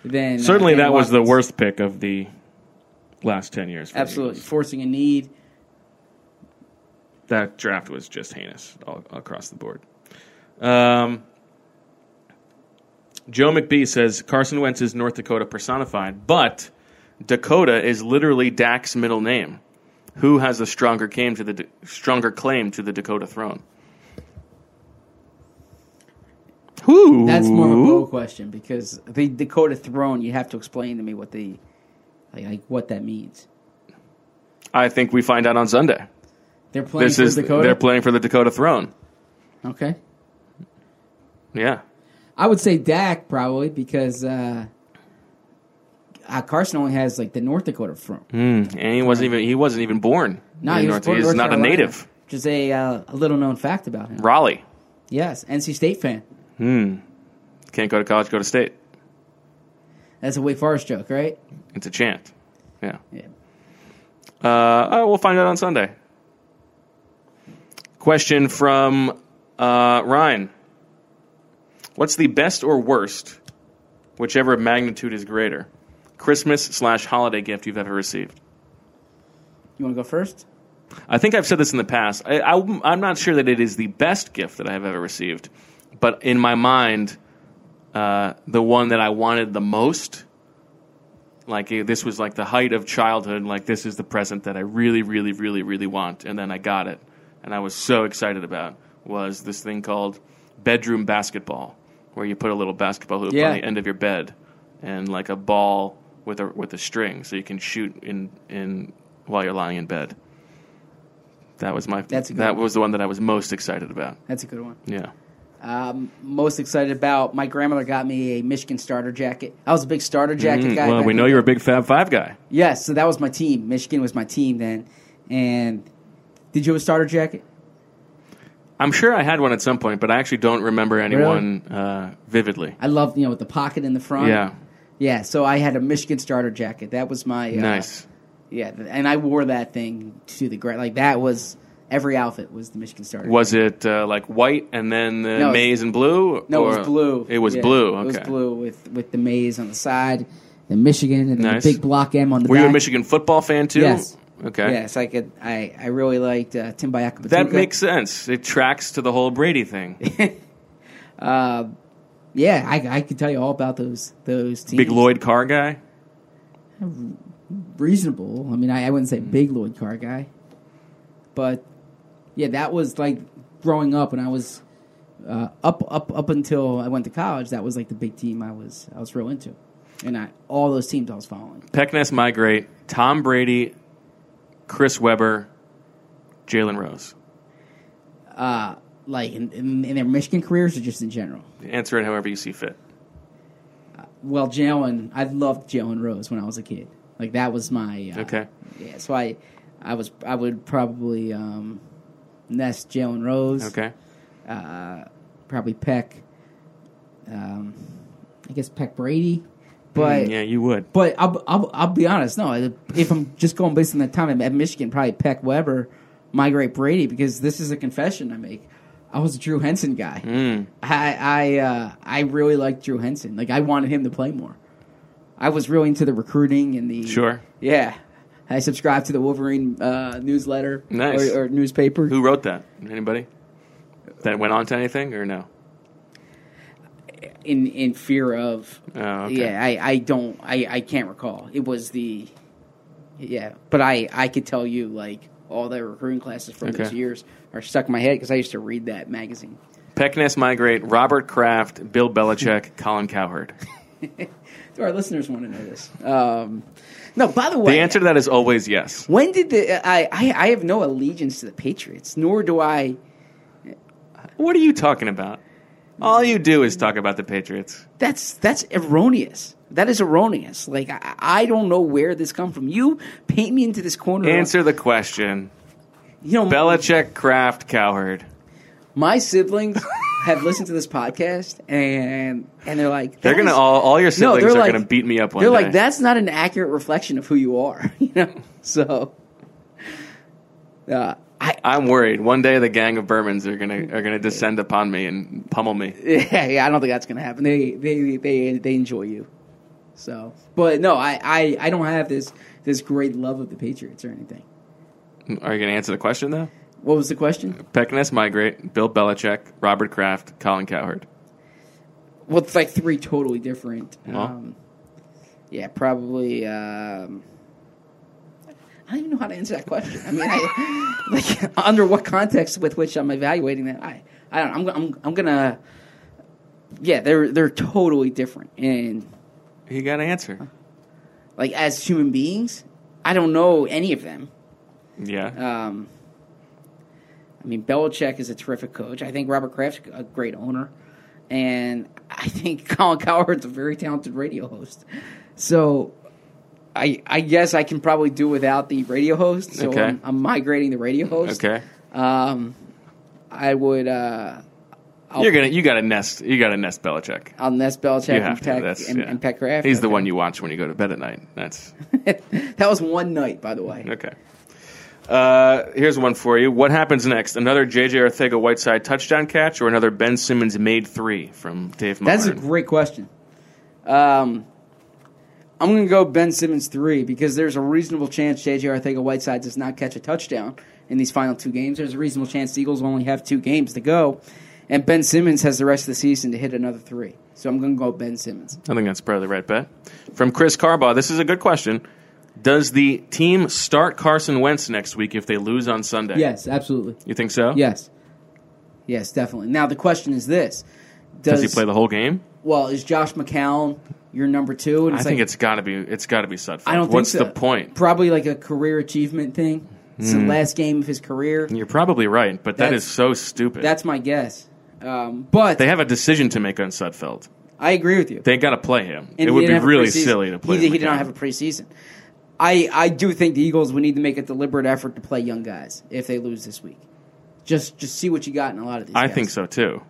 [SPEAKER 1] than. uh,
[SPEAKER 6] Certainly,
[SPEAKER 1] than
[SPEAKER 6] that was the
[SPEAKER 1] Watkins.
[SPEAKER 6] worst pick of the last ten years. for the
[SPEAKER 1] Absolutely,
[SPEAKER 6] Eagles.
[SPEAKER 1] forcing a need.
[SPEAKER 6] that draft was just heinous all across the board. Um, Joe McBee says Carson Wentz is North Dakota personified, but Dakota is literally Dak's middle name. Who has a stronger claim to the stronger claim to the Dakota throne? Who?
[SPEAKER 1] That's more of a Bo question because the Dakota throne. You have to explain to me what the like, like what that means.
[SPEAKER 6] I think we find out on Sunday.
[SPEAKER 1] They're playing
[SPEAKER 6] This
[SPEAKER 1] for
[SPEAKER 6] is
[SPEAKER 1] Dakota.
[SPEAKER 6] they're playing for the Dakota throne.
[SPEAKER 1] okay,
[SPEAKER 6] Yeah.
[SPEAKER 1] I would say Dak probably because uh, uh, Carson only has like the North Dakota throne.
[SPEAKER 6] Hmm. And he wasn't even he wasn't even born.
[SPEAKER 1] No,
[SPEAKER 6] in
[SPEAKER 1] he was
[SPEAKER 6] North-
[SPEAKER 1] born in
[SPEAKER 6] he's
[SPEAKER 1] North
[SPEAKER 6] not
[SPEAKER 1] Carolina,
[SPEAKER 6] a native.
[SPEAKER 1] Which is a, uh, a little known fact about him.
[SPEAKER 6] Raleigh.
[SPEAKER 1] Yes, NC State fan.
[SPEAKER 6] Can't go to college, go to state.
[SPEAKER 1] That's a Wake Forest joke, right?
[SPEAKER 6] It's a chant. Yeah.
[SPEAKER 1] Yeah.
[SPEAKER 6] Uh, oh, we'll find out on Sunday. Question from uh, Ryan. What's the best or worst, whichever magnitude is greater, Christmas slash holiday gift you've ever received?
[SPEAKER 1] You want to go first?
[SPEAKER 6] I think I've said this in the past. I, I, am not sure that it is the best gift that I have ever received, but in my mind, uh, the one that I wanted the most, like eh, this was like the height of childhood. Like this is the present that I really, really, really, really want, and then I got it, and I was so excited about was this thing called bedroom basketball, where you put a little basketball hoop
[SPEAKER 1] Yeah.
[SPEAKER 6] on the end of your bed, and like a ball with a with a string, so you can shoot in in while you're lying in bed. That was my.
[SPEAKER 1] That's a good
[SPEAKER 6] that
[SPEAKER 1] one.
[SPEAKER 6] was the one that I was most excited about.
[SPEAKER 1] That's a good one.
[SPEAKER 6] Yeah.
[SPEAKER 1] Um, most excited about my grandmother got me a Michigan starter jacket. I was a big starter jacket guy.
[SPEAKER 6] Hmm. Mm, well,
[SPEAKER 1] back
[SPEAKER 6] we
[SPEAKER 1] in
[SPEAKER 6] know
[SPEAKER 1] the
[SPEAKER 6] you're a
[SPEAKER 1] day.
[SPEAKER 6] big Fab Five guy.
[SPEAKER 1] Yes, so that was my team. Michigan was my team then, and Did you have a starter jacket?
[SPEAKER 6] I'm sure I had one at some point, but I actually don't remember anyone uh, vividly.
[SPEAKER 1] I loved, you know, with the pocket in the front.
[SPEAKER 6] Yeah.
[SPEAKER 1] Yeah, so I had a Michigan starter jacket. That was my uh,
[SPEAKER 6] Nice.
[SPEAKER 1] Yeah, th- and I wore that thing to the ground. Like that was every outfit was the Michigan starter.
[SPEAKER 6] Was it uh, like white and then the
[SPEAKER 1] No, it-
[SPEAKER 6] maize and blue?
[SPEAKER 1] No, it
[SPEAKER 6] or-
[SPEAKER 1] was blue.
[SPEAKER 6] It was
[SPEAKER 1] Yeah,
[SPEAKER 6] blue. Okay.
[SPEAKER 1] It was blue with with the maze on the side, the Michigan, and then
[SPEAKER 6] Nice.
[SPEAKER 1] the big block M on the
[SPEAKER 6] Were
[SPEAKER 1] back.
[SPEAKER 6] you a Michigan football fan too?
[SPEAKER 1] Yes.
[SPEAKER 6] Okay.
[SPEAKER 1] Yes, I could. I, I really liked uh, Tim Bayaka.
[SPEAKER 6] That makes sense. It tracks to the whole Brady thing.
[SPEAKER 1] Uh, yeah. I, I could tell you all about those those teams.
[SPEAKER 6] Big Lloyd Carr guy.
[SPEAKER 1] reasonable. I mean, I, I wouldn't
[SPEAKER 6] Hmm.
[SPEAKER 1] say big Lloyd Carr guy, but yeah, that was like growing up when I was uh, up up up until I went to college. That was like the big team I was I was real into, and I all those teams I was following.
[SPEAKER 6] Peckness migrate. Tom Brady, Chris Webber, Jalen Rose.
[SPEAKER 1] Like in, in, in their Michigan careers or just in general.
[SPEAKER 6] Answer it however you see fit.
[SPEAKER 1] Well, Jalen, I loved Jalen Rose when I was a kid. Like that was my uh,
[SPEAKER 6] Okay.
[SPEAKER 1] Yeah, so I I was I would probably um, nest Jalen Rose. uh,
[SPEAKER 6] Okay.
[SPEAKER 1] probably Peck. Um, I guess Peck Brady, but
[SPEAKER 6] Mm, yeah, you would.
[SPEAKER 1] but I'll, I'll I'll be honest. No, if I'm just going based on the time at Michigan, probably Peck Weber, migrate Brady because this is a confession I make. I was a Drew Henson guy.
[SPEAKER 6] Mm.
[SPEAKER 1] I I uh, I really liked Drew Henson. Like I wanted him to play more. I was really into the recruiting and the
[SPEAKER 6] Sure.
[SPEAKER 1] Yeah, I subscribed to the Wolverine uh, newsletter
[SPEAKER 6] Nice.
[SPEAKER 1] or, or newspaper.
[SPEAKER 6] Who wrote that? Anybody? That went on to anything or no?
[SPEAKER 1] in in fear of.
[SPEAKER 6] Oh, okay.
[SPEAKER 1] Yeah, I, I don't I, I can't recall. It was the yeah, but I I could tell you like all the recruiting classes from those
[SPEAKER 6] Okay.
[SPEAKER 1] years are stuck in my head because I used to read that magazine.
[SPEAKER 6] Peckness migrate. Robert Kraft, Bill Belichick, Colin Cowherd.
[SPEAKER 1] So our listeners want to know this. Um, no, by the way,
[SPEAKER 6] The answer to that is always yes.
[SPEAKER 1] when did the I, I I have no allegiance to the Patriots, nor do I.
[SPEAKER 6] What are you talking about? All you do is talk about the Patriots.
[SPEAKER 1] That's that's erroneous. That is erroneous. Like I, I don't know where this come from. You paint me into this corner. of-
[SPEAKER 6] Answer the question.
[SPEAKER 1] you know,
[SPEAKER 6] Belichick, Kraft, Cowherd.
[SPEAKER 1] my siblings have listened to this podcast and and they're like
[SPEAKER 6] They're
[SPEAKER 1] that
[SPEAKER 6] gonna
[SPEAKER 1] is-
[SPEAKER 6] all all your
[SPEAKER 1] No,
[SPEAKER 6] siblings
[SPEAKER 1] they're
[SPEAKER 6] are
[SPEAKER 1] like-
[SPEAKER 6] gonna beat me up one
[SPEAKER 1] they're
[SPEAKER 6] day.
[SPEAKER 1] like that's not an accurate reflection of who you are you know so uh, I
[SPEAKER 6] I'm worried. One day the gang of Burmans are gonna are gonna descend upon me and pummel me.
[SPEAKER 1] yeah, yeah I don't think that's gonna happen they they they they enjoy you so but no I I, I don't have this this great love of the Patriots or anything
[SPEAKER 6] Are you gonna answer the question though?
[SPEAKER 1] what was the question
[SPEAKER 6] Peckness migrate. Bill Belichick, Robert Kraft, Colin Cowherd.
[SPEAKER 1] well it's like three totally different
[SPEAKER 6] Well.
[SPEAKER 1] um, yeah probably um, I don't even know how to answer that question. I mean, I, like under what context with which I'm evaluating that? I, I don't. know. I'm, I'm, I'm gonna. Yeah, they're they're totally different, and
[SPEAKER 6] You got to answer.
[SPEAKER 1] like as human beings, I don't know any of them.
[SPEAKER 6] Yeah.
[SPEAKER 1] Um, I mean, Belichick is a terrific coach. I think Robert Kraft's a great owner, and I think Colin Cowherd's a very talented radio host. So, I I guess I can probably do without the radio host. So
[SPEAKER 6] Okay.
[SPEAKER 1] I'm, I'm migrating the radio host.
[SPEAKER 6] okay.
[SPEAKER 1] Um, I would. Uh, I'll,
[SPEAKER 6] You're gonna you got to nest. You got to nest Belichick.
[SPEAKER 1] I'll nest Belichick
[SPEAKER 6] You
[SPEAKER 1] and
[SPEAKER 6] have to.
[SPEAKER 1] Peck
[SPEAKER 6] That's,
[SPEAKER 1] and,
[SPEAKER 6] yeah.
[SPEAKER 1] and Peck Kraft.
[SPEAKER 6] He's the one you watch when you go to bed at night. That's
[SPEAKER 1] that was one night, by the way.
[SPEAKER 6] okay. Uh, here's one for you. What happens next? Another J.J. Ortega Whiteside touchdown catch, or another Ben Simmons made three from Dave?
[SPEAKER 1] That's a
[SPEAKER 6] Martin?
[SPEAKER 1] great question. Um, I'm going to go Ben Simmons three because there's a reasonable chance JJ Arthega Whiteside does not catch a touchdown in these final two games. There's a reasonable chance the Eagles only have two games to go, and Ben Simmons has the rest of the season to hit another three. So I'm going to go Ben Simmons.
[SPEAKER 6] I think that's probably the right bet. From Chris Carbaugh, this is a good question. Does the team start Carson Wentz next week if they lose on Sunday?
[SPEAKER 1] Yes, absolutely.
[SPEAKER 6] You think so?
[SPEAKER 1] Yes, yes, definitely. Now the question is this:
[SPEAKER 6] Does he play the whole game?
[SPEAKER 1] Well, is Josh McCown your number two? And
[SPEAKER 6] I
[SPEAKER 1] it's
[SPEAKER 6] think
[SPEAKER 1] like-
[SPEAKER 6] it's got to be. It's got to be Sudfeld.
[SPEAKER 1] I don't.
[SPEAKER 6] What's
[SPEAKER 1] think so.
[SPEAKER 6] the point? Hmm.
[SPEAKER 1] Probably like a career achievement thing. It's the last game of his career.
[SPEAKER 6] You're probably right, but that
[SPEAKER 1] That's-
[SPEAKER 6] is so stupid.
[SPEAKER 1] That's my guess. Um, but
[SPEAKER 6] they have a decision to make on Sudfeld.
[SPEAKER 1] I agree with you.
[SPEAKER 6] They got to play him.
[SPEAKER 1] And
[SPEAKER 6] it
[SPEAKER 1] he
[SPEAKER 6] would
[SPEAKER 1] didn't
[SPEAKER 6] be
[SPEAKER 1] have a
[SPEAKER 6] really
[SPEAKER 1] preseason.
[SPEAKER 6] silly to play.
[SPEAKER 1] He, did-
[SPEAKER 6] him
[SPEAKER 1] he did not
[SPEAKER 6] again.
[SPEAKER 1] have a preseason. I, I do think the Eagles would need to make a deliberate effort to play young guys if they lose this week. Just just see what you got in a lot of these.
[SPEAKER 6] I
[SPEAKER 1] guys.
[SPEAKER 6] think so too.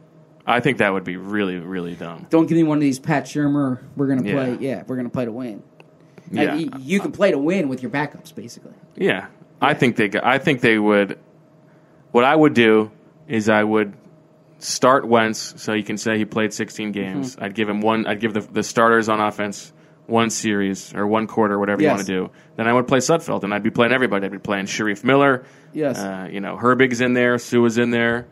[SPEAKER 6] I think that would be really, really dumb.
[SPEAKER 1] Don't give me one of these Pat Shermer. We're gonna
[SPEAKER 6] Yeah.
[SPEAKER 1] play. Yeah, we're gonna play to win. Like,
[SPEAKER 6] Yeah,
[SPEAKER 1] y- you can play to win with your backups, basically.
[SPEAKER 6] yeah. I think they. g- I think they would. What I would do is I would start Wentz, so you can say he played 16
[SPEAKER 1] Mm-hmm.
[SPEAKER 6] games. I'd give him one. I'd give the, the starters on offense one series or one quarter, whatever
[SPEAKER 1] Yes.
[SPEAKER 6] you want to do. Then I would play Sudfeld, and I'd be playing everybody. I'd be playing Sharif Miller.
[SPEAKER 1] Yes.
[SPEAKER 6] Uh, you know, Herbig's in there. Sua's in there.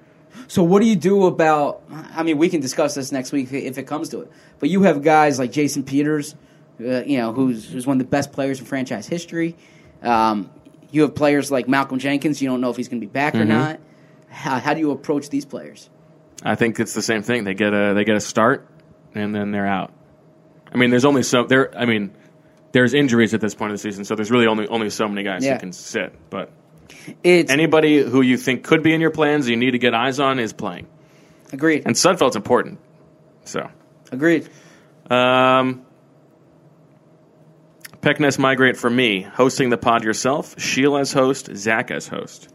[SPEAKER 1] So what do you do about? I mean, we can discuss this next week if it comes to it. But you have guys like Jason Peters, uh, you know, who's who's one of the best players in franchise history. Um, you have players like Malcolm Jenkins. You don't know if he's going to be back
[SPEAKER 6] Mm-hmm.
[SPEAKER 1] or not. How, how do you approach these players?
[SPEAKER 6] I think it's the same thing. They get a they get a start, and then they're out. I mean, there's only so there. I mean, there's injuries at this point of the season, so there's really only only so many guys
[SPEAKER 1] Yeah.
[SPEAKER 6] who can sit. But
[SPEAKER 1] It's
[SPEAKER 6] anybody who you think could be in your plans, you need to get eyes on, is playing.
[SPEAKER 1] agreed.
[SPEAKER 6] And Sudfeld's important. So,
[SPEAKER 1] Agreed.
[SPEAKER 6] um, Peckness migrate for me, hosting the pod yourself. Sheila as host, Zach as host.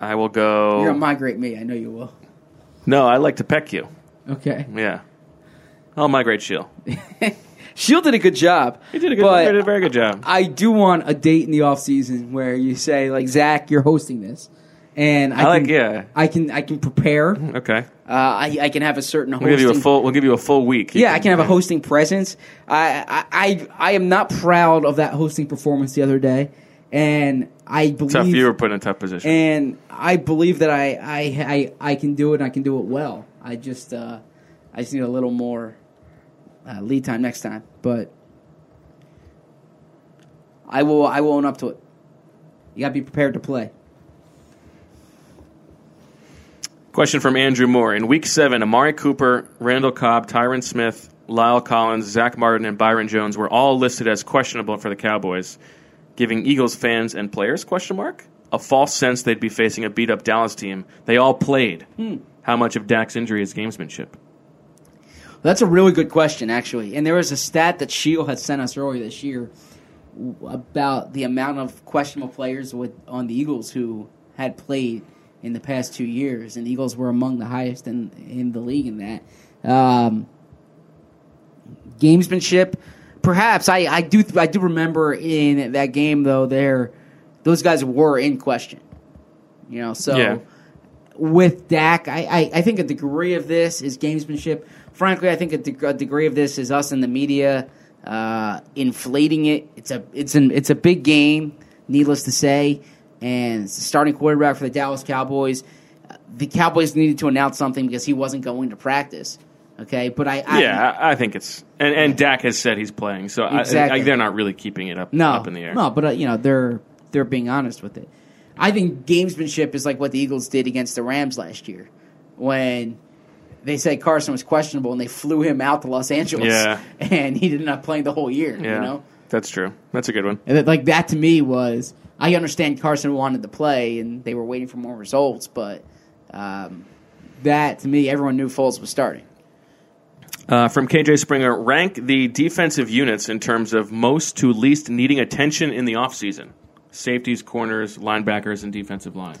[SPEAKER 6] I will go.
[SPEAKER 1] You're gonna migrate me. I know you will.
[SPEAKER 6] no, I like to peck you.
[SPEAKER 1] Okay.
[SPEAKER 6] Yeah, I'll migrate Sheila.
[SPEAKER 1] Shield did a good job.
[SPEAKER 6] He did a good,
[SPEAKER 1] But
[SPEAKER 6] he did a very good job.
[SPEAKER 1] I do want a date in the off season where you say like Zach, you're hosting this, and I,
[SPEAKER 6] I like
[SPEAKER 1] can,
[SPEAKER 6] yeah. Mm-hmm.
[SPEAKER 1] I can I can prepare. Uh,
[SPEAKER 6] Okay,
[SPEAKER 1] I I can have a certain
[SPEAKER 6] we'll
[SPEAKER 1] hosting.
[SPEAKER 6] give you a full. We'll give you a full week. You
[SPEAKER 1] yeah, I can have a hosting presence. I, I I I am not proud of that hosting performance the other day, and I believe
[SPEAKER 6] Tough. You were put in a tough position.
[SPEAKER 1] and I believe that I I I, I can do it. and I can do it well. I just uh, I just need a little more uh, lead time next time, but I will I will own up to it. You gotta be prepared to play.
[SPEAKER 6] Question from Andrew Moore: In Week Seven, Amari Cooper, Randall Cobb, Tyron Smith, Lyle Collins, Zach Martin, and Byron Jones were all listed as questionable for the Cowboys, giving Eagles fans and players question mark a false sense they'd be facing a beat up Dallas team. They all played.
[SPEAKER 1] Hmm.
[SPEAKER 6] How much of Dak's injury is gamesmanship?
[SPEAKER 1] That's a really good question, actually. And there was a stat that Shield had sent us earlier this year w- about the amount of questionable players with on the Eagles who had played in the past two years, and the Eagles were among the highest in in the league in that. Um, gamesmanship, perhaps. I, I do I do remember in that game though there those guys were in question. You know, so
[SPEAKER 6] Yeah.
[SPEAKER 1] with Dak, I, I, I think a degree of this is gamesmanship. Frankly, I think a, deg- a degree of this is us in the media uh, inflating it. It's a it's an it's a big game, needless to say, and it's the starting quarterback for the Dallas Cowboys. Uh, The Cowboys needed to announce something because he wasn't going to practice. Okay, but I, I
[SPEAKER 6] yeah, I, I think it's and and Dak has said he's playing, so I- I,
[SPEAKER 1] Exactly.
[SPEAKER 6] they're not really keeping it up
[SPEAKER 1] no
[SPEAKER 6] up in the air.
[SPEAKER 1] no, but uh, you know they're they're being honest with it. I think gamesmanship is like what the Eagles did against the Rams last year when they said Carson was questionable and they flew him out to Los Angeles.
[SPEAKER 6] Yeah.
[SPEAKER 1] And he did not play the whole year, you know?
[SPEAKER 6] That's true. That's a good one.
[SPEAKER 1] And that, like that to me was I understand Carson wanted to play and they were waiting for more results, but um, that to me everyone knew Foles was starting.
[SPEAKER 6] Uh, from KJ Springer, rank the defensive units in terms of most to least needing attention in the offseason. Safeties, corners, linebackers, and defensive line.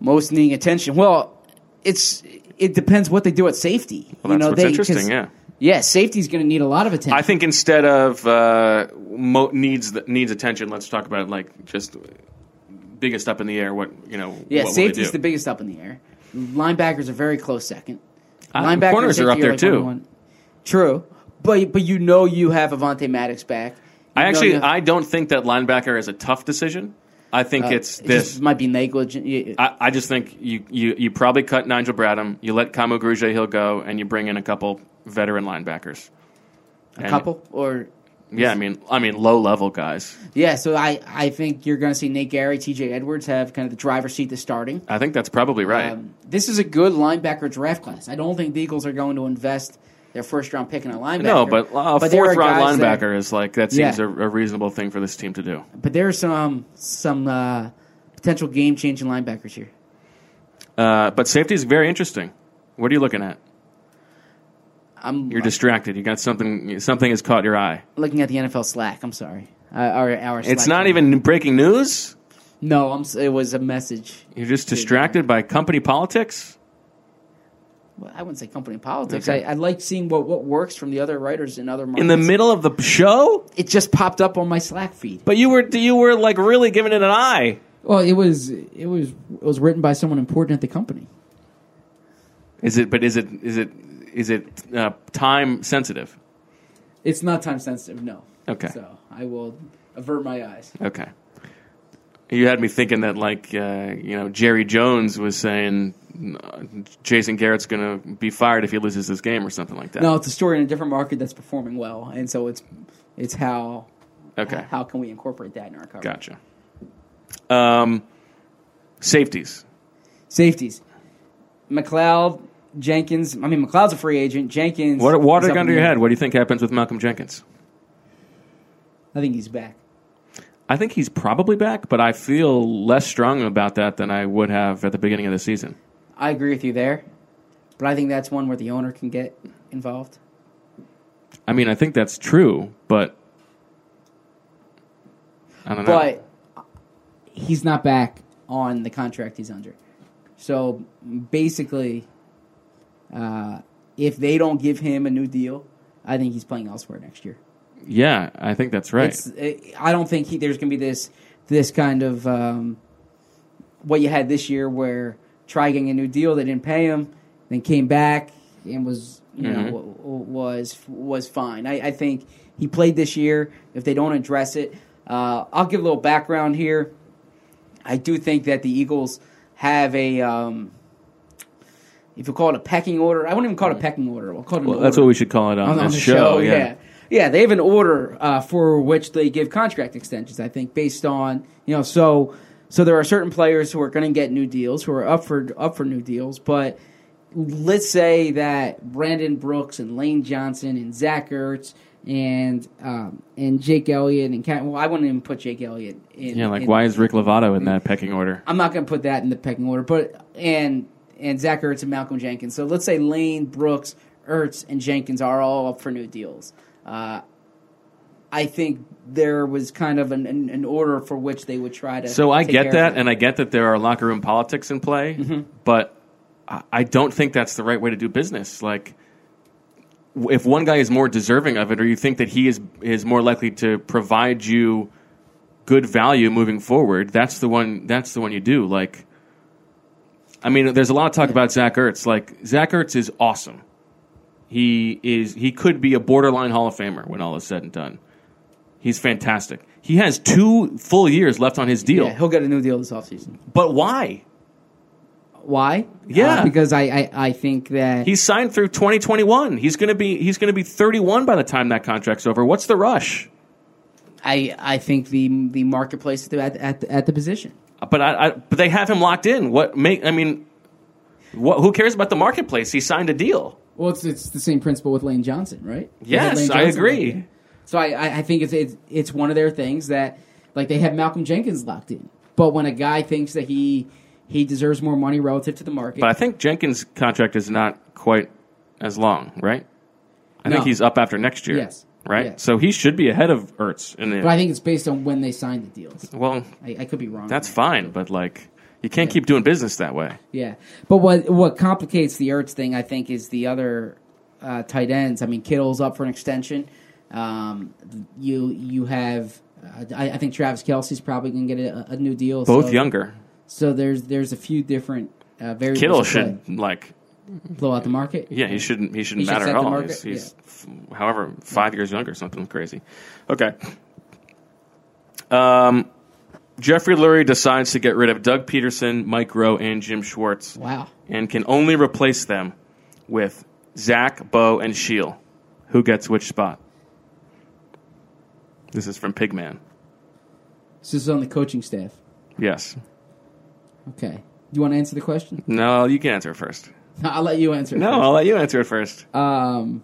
[SPEAKER 1] most needing attention. Well, it's it depends what they do at safety.
[SPEAKER 6] Well, that's what's interesting,
[SPEAKER 1] 'cause-
[SPEAKER 6] yeah.
[SPEAKER 1] yeah, safety's going to need a lot of attention.
[SPEAKER 6] I think instead of uh, mo- needs th- needs attention, let's talk about like just biggest up in the air. What you know?
[SPEAKER 1] yeah,
[SPEAKER 6] what will they
[SPEAKER 1] safety's
[SPEAKER 6] do?
[SPEAKER 1] the biggest up in the air. Linebackers are very close second.
[SPEAKER 6] Uh,
[SPEAKER 1] Linebackers and
[SPEAKER 6] corners are
[SPEAKER 1] safety
[SPEAKER 6] up there, too.
[SPEAKER 1] one-on-one. True, but but you know you have Avante Maddox back. You
[SPEAKER 6] I
[SPEAKER 1] know
[SPEAKER 6] actually
[SPEAKER 1] you-
[SPEAKER 6] I don't think that linebacker is a tough decision. I think it's
[SPEAKER 1] Uh, it
[SPEAKER 6] this.
[SPEAKER 1] just might be negligent. You-
[SPEAKER 6] I, I just think you, you, you probably cut Nigel Bradham, you let Kamu Grugier Hill go, and you bring in a couple veteran linebackers.
[SPEAKER 1] a couple or
[SPEAKER 6] Yeah, I mean, I mean, low level guys.
[SPEAKER 1] yeah. So I I think you're going to see Nate Gary, T.J. Edwards have kind of the driver's seat to starting.
[SPEAKER 6] I think that's probably right.
[SPEAKER 1] Um, this is a good linebacker draft class. I don't think the Eagles are going to invest their first round pick in a linebacker.
[SPEAKER 6] no, but a
[SPEAKER 1] But there are
[SPEAKER 6] fourth round
[SPEAKER 1] guys that-
[SPEAKER 6] linebacker is like that seems
[SPEAKER 1] Yeah.
[SPEAKER 6] a, a reasonable thing for this team to do.
[SPEAKER 1] but there are some some uh, potential game changing linebackers here.
[SPEAKER 6] Uh, but safety is very interesting. What are you looking at?
[SPEAKER 1] I'm
[SPEAKER 6] You're distracted. You got something. Something has caught your eye.
[SPEAKER 1] looking at the NFL Slack. I'm sorry. Uh, our our
[SPEAKER 6] It's
[SPEAKER 1] Slack
[SPEAKER 6] not
[SPEAKER 1] channel.
[SPEAKER 6] even breaking news.
[SPEAKER 1] No, I'm, s- it was a message.
[SPEAKER 6] You're just distracted by company politics.
[SPEAKER 1] Well, I wouldn't say company politics.
[SPEAKER 6] Okay.
[SPEAKER 1] I, I like seeing what, what works from the other writers in other markets.
[SPEAKER 6] In the middle of the show,
[SPEAKER 1] it just popped up on my Slack feed.
[SPEAKER 6] but you were you were like really giving it an eye.
[SPEAKER 1] Well, it was it was it was written by someone important at the company.
[SPEAKER 6] Is it? But is it? Is it? Is it uh, time sensitive?
[SPEAKER 1] It's not time sensitive, no.
[SPEAKER 6] Okay.
[SPEAKER 1] So I will avert my eyes.
[SPEAKER 6] Okay. You had me thinking that, like, uh, you know, Jerry Jones was saying uh, Jason Garrett's going to be fired if he loses this game or something like that.
[SPEAKER 1] No, it's a story in a different market that's performing well, and so it's it's how
[SPEAKER 6] Okay.
[SPEAKER 1] how can we incorporate that in our coverage?
[SPEAKER 6] Gotcha. Um, safeties.
[SPEAKER 1] Safeties, McLeod, Jenkins. I mean, McLeod's a free agent. Jenkins.
[SPEAKER 6] What,
[SPEAKER 1] is
[SPEAKER 6] water
[SPEAKER 1] up
[SPEAKER 6] gun
[SPEAKER 1] in
[SPEAKER 6] to your
[SPEAKER 1] the-
[SPEAKER 6] head. What do you think happens with Malcolm Jenkins?
[SPEAKER 1] I think he's back.
[SPEAKER 6] I think he's probably back, but I feel less strong about that than I would have at the beginning of the season.
[SPEAKER 1] I agree with you there, but I think that's one where the owner can get involved.
[SPEAKER 6] I mean, I think that's true, but I don't know.
[SPEAKER 1] but he's not back on the contract he's under. So basically, uh, if they don't give him a new deal, I think he's playing elsewhere next year.
[SPEAKER 6] yeah, I think that's right.
[SPEAKER 1] It's, it, I don't think he, there's going to be this this kind of um, what you had this year where try getting a new deal, they didn't pay him, then came back and was you
[SPEAKER 6] Mm-hmm.
[SPEAKER 1] know w- w- was was fine. I, I think he played this year. If they don't address it, uh, I'll give a little background here. I do think that the Eagles have a. Um, if you call it a pecking order, I wouldn't even call it a pecking order. We'll call it an
[SPEAKER 6] Mm. Well, that's
[SPEAKER 1] order
[SPEAKER 6] what we should call it on,
[SPEAKER 1] on, on
[SPEAKER 6] this
[SPEAKER 1] the
[SPEAKER 6] show.
[SPEAKER 1] show. yeah. yeah, they have an order uh, for which they give contract extensions. I think based on you know, so so there are certain players who are going to get new deals, who are up for up for new deals. But let's say that Brandon Brooks and Lane Johnson and Zach Ertz and um, and Jake Elliott and Cat. Well, I wouldn't even put Jake Elliott. in.
[SPEAKER 6] Yeah, like
[SPEAKER 1] in-
[SPEAKER 6] why is Rick Lovato in that pecking order?
[SPEAKER 1] I'm not going to put that in the pecking order, but and and Zach Ertz and Malcolm Jenkins. So let's say Lane Brooks, Ertz, and Jenkins are all up for new deals. Uh, I think there was kind of an, an, an order for which they would try to.
[SPEAKER 6] So I
[SPEAKER 1] take care
[SPEAKER 6] get
[SPEAKER 1] of Mm-hmm.
[SPEAKER 6] that, and I get that there are locker room politics in play, but I I don't think that's the right way to do business. Like, w- if one guy is more deserving of it, or you think that he is is more likely to provide you good value moving forward, that's the one. That's the one you do. Like, I mean, there's a lot of talk about Zach Ertz. Like, Zach Ertz is awesome. He is. He could be a borderline Hall of Famer when all is said and done. He's fantastic. He has two full years left on his deal.
[SPEAKER 1] Yeah, he'll get a new deal this offseason.
[SPEAKER 6] But why?
[SPEAKER 1] Why?
[SPEAKER 6] Yeah.
[SPEAKER 1] Uh, because I, I I think that
[SPEAKER 6] He's signed through 2021. He's going to be he's going to be 31 by the time that contract's over. What's the rush?
[SPEAKER 1] I I think the the marketplace at the, at the, at the position.
[SPEAKER 6] But I, I but they have him locked in. What make I mean what who cares about the marketplace? He signed a deal.
[SPEAKER 1] Well, it's it's the same principle with Lane Johnson, right?
[SPEAKER 6] Yes,
[SPEAKER 1] Lane
[SPEAKER 6] I agree.
[SPEAKER 1] locked in. So I, I, I think it's, it's it's one of their things that like they have Malcolm Jenkins locked in, but when a guy thinks that he he deserves more money relative to the market,
[SPEAKER 6] But I think Jenkins' contract is not quite as long, right? I think
[SPEAKER 1] No.
[SPEAKER 6] he's up after next year.
[SPEAKER 1] Yes.
[SPEAKER 6] Right?
[SPEAKER 1] Yes.
[SPEAKER 6] So he should be ahead of Ertz in the
[SPEAKER 1] but I think it's based on when they signed the deals.
[SPEAKER 6] Well,
[SPEAKER 1] I, I could be wrong.
[SPEAKER 6] that's fine, but like you can't keep doing business that way.
[SPEAKER 1] Yeah, but what what complicates the Ertz thing, I think, is the other uh, tight ends. I mean, Kittle's up for an extension. Um, you you have, uh, I, I think Travis Kelsey's probably going to get a, a new deal.
[SPEAKER 6] Both
[SPEAKER 1] so-
[SPEAKER 6] younger.
[SPEAKER 1] So there's there's a few different uh, variables.
[SPEAKER 6] Kittle
[SPEAKER 1] at play.
[SPEAKER 6] should like
[SPEAKER 1] blow out the market.
[SPEAKER 6] Yeah, he shouldn't. He shouldn't
[SPEAKER 1] He should
[SPEAKER 6] matter
[SPEAKER 1] set
[SPEAKER 6] at
[SPEAKER 1] the
[SPEAKER 6] all.
[SPEAKER 1] market,
[SPEAKER 6] He's, he's f- however five years younger, something crazy. Okay. Um, Jeffrey Lurie decides to get rid of Doug Peterson, Mike Rowe, and Jim Schwartz,
[SPEAKER 1] Wow.
[SPEAKER 6] and can only replace them with Zach, Bo, and Shield. Who gets which spot? This is from Pigman.
[SPEAKER 1] So this is on the coaching staff.
[SPEAKER 6] Yes.
[SPEAKER 1] Okay. You want to answer the question?
[SPEAKER 6] No, you can answer it first.
[SPEAKER 1] I'll let you answer. it
[SPEAKER 6] No, I'll let you answer it first.
[SPEAKER 1] first. Um.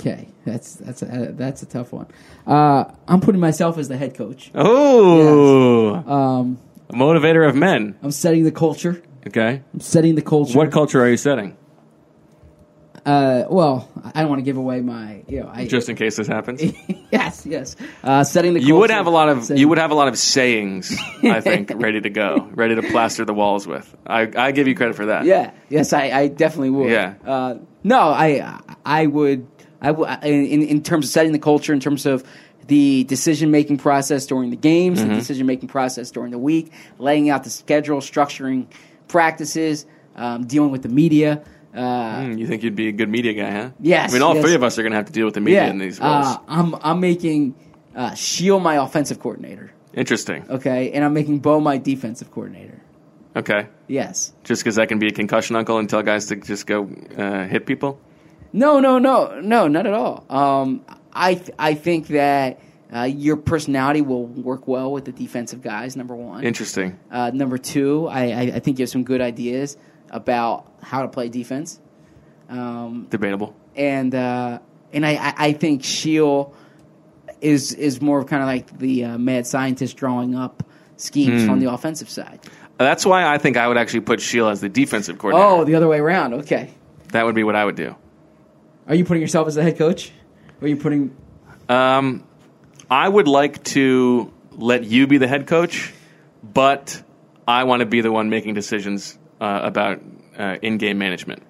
[SPEAKER 1] Okay, that's that's a, that's a tough one. Uh, I'm putting myself as the head coach.
[SPEAKER 6] oh,
[SPEAKER 1] Um, oh.
[SPEAKER 6] a motivator of men.
[SPEAKER 1] I'm setting the culture.
[SPEAKER 6] Okay,
[SPEAKER 1] I'm setting the culture.
[SPEAKER 6] what culture are you setting?
[SPEAKER 1] Uh, well, I don't want to give away my, you know, I
[SPEAKER 6] Just in case this happens,
[SPEAKER 1] yes, yes. Uh, setting the
[SPEAKER 6] you would
[SPEAKER 1] culture,
[SPEAKER 6] have a lot of
[SPEAKER 1] setting-
[SPEAKER 6] you would have a lot of sayings. I think ready to go, ready to plaster the walls with. I, I give you credit for that.
[SPEAKER 1] Yeah. Yes, I, I definitely would.
[SPEAKER 6] Yeah.
[SPEAKER 1] Uh, no, I I would I w- in in terms of setting the culture, in terms of the decision making process during the games,
[SPEAKER 6] Mm-hmm.
[SPEAKER 1] the decision making process during the week, laying out the schedule, structuring practices, um, dealing with the media. Uh,
[SPEAKER 6] Hmm, You think you'd be a good media guy, huh?
[SPEAKER 1] Yes,
[SPEAKER 6] I mean, all
[SPEAKER 1] yes.
[SPEAKER 6] three of us are going to have to deal with the media
[SPEAKER 1] yeah,
[SPEAKER 6] in these roles.
[SPEAKER 1] uh, I'm I'm making uh, Shield my offensive coordinator,
[SPEAKER 6] Interesting.
[SPEAKER 1] okay, and I'm making Bo my defensive coordinator.
[SPEAKER 6] Okay.
[SPEAKER 1] Yes.
[SPEAKER 6] Just because I can be a concussion uncle and tell guys to just go uh, hit people?
[SPEAKER 1] No, no, no, no, not at all. Um, I th- I think that uh, your personality will work well with the defensive guys. Number one.
[SPEAKER 6] Interesting.
[SPEAKER 1] Uh, number two, I, I I think you have some good ideas about how to play defense. Um,
[SPEAKER 6] Debatable.
[SPEAKER 1] and uh, and I, I I think Sheil is is more of kind of like the uh, mad scientist drawing up schemes on
[SPEAKER 6] Hmm.
[SPEAKER 1] the offensive side.
[SPEAKER 6] That's why I think I would actually put Sheila as the defensive coordinator.
[SPEAKER 1] Oh, the other way around. Okay.
[SPEAKER 6] That would be what I would do.
[SPEAKER 1] Are you putting yourself as the head coach? Or are you putting?
[SPEAKER 6] Um, I would like to let you be the head coach, but I want to be the one making decisions uh, about uh, in game management.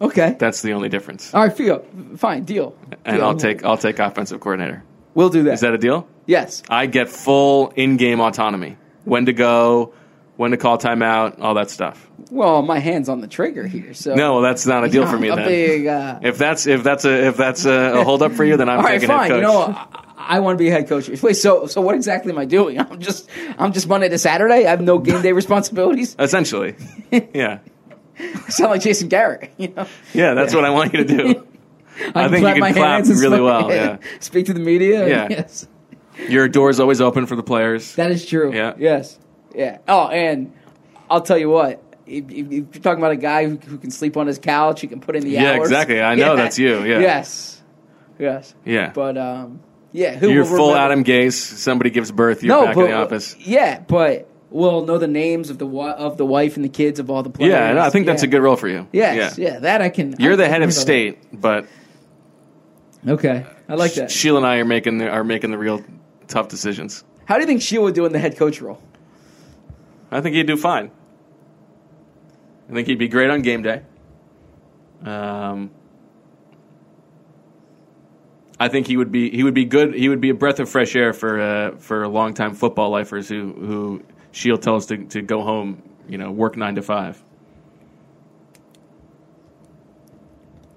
[SPEAKER 1] Okay.
[SPEAKER 6] That's the only difference.
[SPEAKER 1] All right, feel fine deal.
[SPEAKER 6] And
[SPEAKER 1] Deal.
[SPEAKER 6] I'll take I'll take offensive coordinator.
[SPEAKER 1] We'll do that.
[SPEAKER 6] Is that a deal?
[SPEAKER 1] yes?
[SPEAKER 6] I get full in game autonomy. When to go, when to call timeout, all that stuff.
[SPEAKER 1] Well, my hand's on the trigger here, so
[SPEAKER 6] No, well, that's not a deal for me
[SPEAKER 1] A
[SPEAKER 6] then.
[SPEAKER 1] big, uh,
[SPEAKER 6] If that's if that's a if that's a, a hold up for you, then I'm
[SPEAKER 1] all right,
[SPEAKER 6] taking
[SPEAKER 1] fine.
[SPEAKER 6] head coach.
[SPEAKER 1] You know, I, I want to be a head coach. Wait, so so what exactly am I doing? I'm just I'm just Monday to Saturday. I have no game day responsibilities. I
[SPEAKER 6] Essentially, yeah,
[SPEAKER 1] sound like Jason Garrett. You know,
[SPEAKER 6] yeah. That's what I want you to do. I, think you
[SPEAKER 1] clap
[SPEAKER 6] can
[SPEAKER 1] my
[SPEAKER 6] clap
[SPEAKER 1] hands and
[SPEAKER 6] really
[SPEAKER 1] stuff.
[SPEAKER 6] well. Yeah,
[SPEAKER 1] Speak to the media.
[SPEAKER 6] Yeah.
[SPEAKER 1] Yes,
[SPEAKER 6] your door's always open for the players.
[SPEAKER 1] that is true.
[SPEAKER 6] Yeah.
[SPEAKER 1] Yes. Yeah. Oh, and I'll tell you what. If, if- if you're talking about a guy who, who can sleep on his couch, he can put in the
[SPEAKER 6] Yeah,
[SPEAKER 1] hours.
[SPEAKER 6] exactly. I know that's you. Yeah.
[SPEAKER 1] Yes. Yes.
[SPEAKER 6] yeah,
[SPEAKER 1] But um, yeah, who
[SPEAKER 6] you're
[SPEAKER 1] will
[SPEAKER 6] full
[SPEAKER 1] remember-
[SPEAKER 6] Adam Gase. Somebody gives birth. You're back in the office.
[SPEAKER 1] Yeah, but we'll know the names of the wi- of the wife and the kids of all the players.
[SPEAKER 6] Yeah, no, I think that's
[SPEAKER 1] Yeah.
[SPEAKER 6] a good role for you.
[SPEAKER 1] Yes, yeah. that I can. I
[SPEAKER 6] You're the
[SPEAKER 1] can
[SPEAKER 6] head
[SPEAKER 1] handle
[SPEAKER 6] of
[SPEAKER 1] that.
[SPEAKER 6] state, but
[SPEAKER 1] Okay, I like that.
[SPEAKER 6] Sheila and I are making the, are making the real tough decisions.
[SPEAKER 1] How do you think she would do in the head coach role?
[SPEAKER 6] I think he'd do fine. I think he'd be great on game day. Um, I think he would be he would be good. He would be a breath of fresh air for uh, for longtime football lifers who who Shield tells to to go home. You know, work nine to five.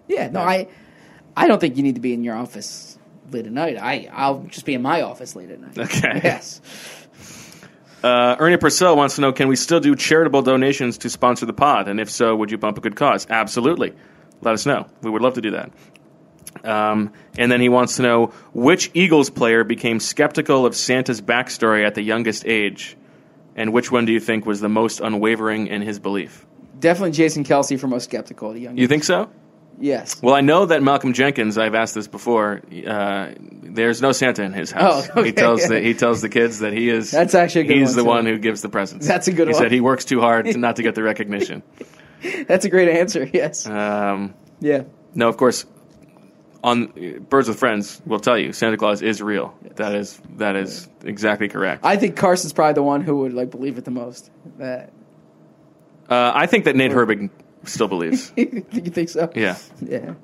[SPEAKER 1] Yeah, no, I, I don't think you need to be in your office late at night. I, I'll just be in my office late at night.
[SPEAKER 6] Okay.
[SPEAKER 1] Yes.
[SPEAKER 6] Uh, Ernie Purcell wants to know: Can we still do charitable donations to sponsor the pod? And if so, would you bump a good cause? Absolutely. Let us know. We would love to do that. Um, and then he wants to know which Eagles player became skeptical of Santa's backstory at the youngest age, and which one do you think was the most unwavering in his belief?
[SPEAKER 1] Definitely Jason Kelsey for most skeptical. The young.
[SPEAKER 6] You think so?
[SPEAKER 1] Yes.
[SPEAKER 6] Well, I know that Malcolm Jenkins. I've asked this before. Uh, there's no Santa in his house.
[SPEAKER 1] Oh, okay.
[SPEAKER 6] He tells the he tells the kids that he is.
[SPEAKER 1] That's actually a good
[SPEAKER 6] he's
[SPEAKER 1] one,
[SPEAKER 6] the
[SPEAKER 1] too.
[SPEAKER 6] one who gives the presents.
[SPEAKER 1] That's a good
[SPEAKER 6] he
[SPEAKER 1] one.
[SPEAKER 6] said he works too hard to not to get the recognition.
[SPEAKER 1] That's a great answer. Yes.
[SPEAKER 6] Um,
[SPEAKER 1] yeah.
[SPEAKER 6] no, of course. On Birds with Friends, will tell you Santa Claus is real. That is that is exactly correct.
[SPEAKER 1] I think Carson's probably the one who would like believe it the most. That
[SPEAKER 6] uh, I think that Nate Herbig still believes.
[SPEAKER 1] you think so?
[SPEAKER 6] Yeah,
[SPEAKER 1] Yeah.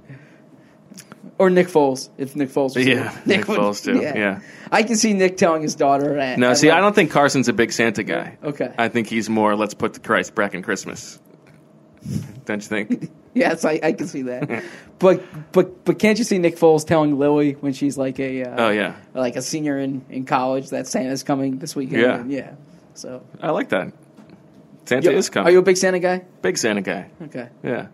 [SPEAKER 1] Or Nick Foles, if Nick Foles. Was
[SPEAKER 6] Yeah,
[SPEAKER 1] here.
[SPEAKER 6] Nick
[SPEAKER 1] would-
[SPEAKER 6] Foles too, yeah.
[SPEAKER 1] I can see Nick telling his daughter. That,
[SPEAKER 6] no. See, I don't think Carson's a big Santa guy.
[SPEAKER 1] Okay.
[SPEAKER 6] I think he's more. Let's put the Christ back in Christmas. Don't you think?
[SPEAKER 1] Yes, I, I can see that. but but but can't you see Nick Foles telling Lily when she's like a uh,
[SPEAKER 6] Oh yeah.
[SPEAKER 1] like a senior in, in college that Santa's coming this weekend?
[SPEAKER 6] Yeah.
[SPEAKER 1] And yeah. So
[SPEAKER 6] I like that. Santa
[SPEAKER 1] Yo,
[SPEAKER 6] is coming.
[SPEAKER 1] Are you a big Santa guy?
[SPEAKER 6] big Santa guy?
[SPEAKER 1] Okay.
[SPEAKER 6] Yeah.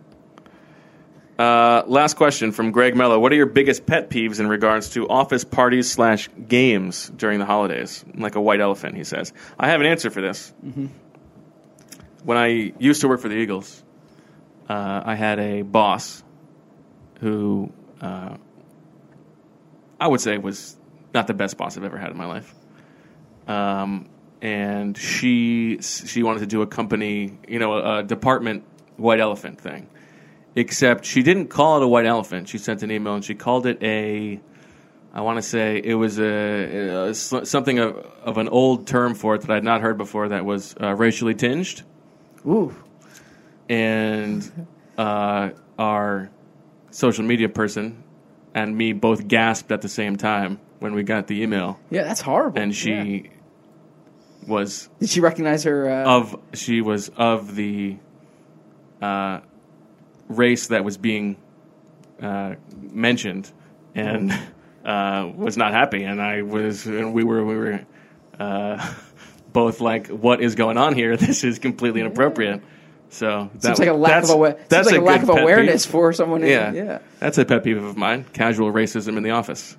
[SPEAKER 6] Uh, last question from Greg Mello. What are your biggest pet peeves in regards to office parties slash games during the holidays? Like a white elephant, he says. I have an answer for this.
[SPEAKER 1] Mm-hmm.
[SPEAKER 6] When I used to work for the Eagles, uh, I had a boss who uh, I would say was not the best boss I've ever had in my life. Um, and she she wanted to do a company, you know, a, a department white elephant thing, except she didn't call it a white elephant. She sent an email and she called it a. I want to say it was a, a sl- something of, of an old term for it that I had not heard before. That was uh, racially tinged.
[SPEAKER 1] Ooh.
[SPEAKER 6] and uh, our social media person and me both gasped at the same time when we got the email,
[SPEAKER 1] Yeah, that's horrible.
[SPEAKER 6] and she
[SPEAKER 1] Yeah.
[SPEAKER 6] was
[SPEAKER 1] did she recognize her? Uh,
[SPEAKER 6] of she was of the uh, race that was being uh, mentioned, and uh, was not happy. And I was, and we were, we were uh, both like, "What is going on here? This is completely inappropriate." So that
[SPEAKER 1] seems like a lack
[SPEAKER 6] that's-
[SPEAKER 1] of awa- seems
[SPEAKER 6] that's
[SPEAKER 1] like a, lack
[SPEAKER 6] good
[SPEAKER 1] of
[SPEAKER 6] pet peeve.
[SPEAKER 1] awareness for someone. in-
[SPEAKER 6] Yeah,
[SPEAKER 1] yeah.
[SPEAKER 6] that's a pet peeve of mine: casual racism in the office.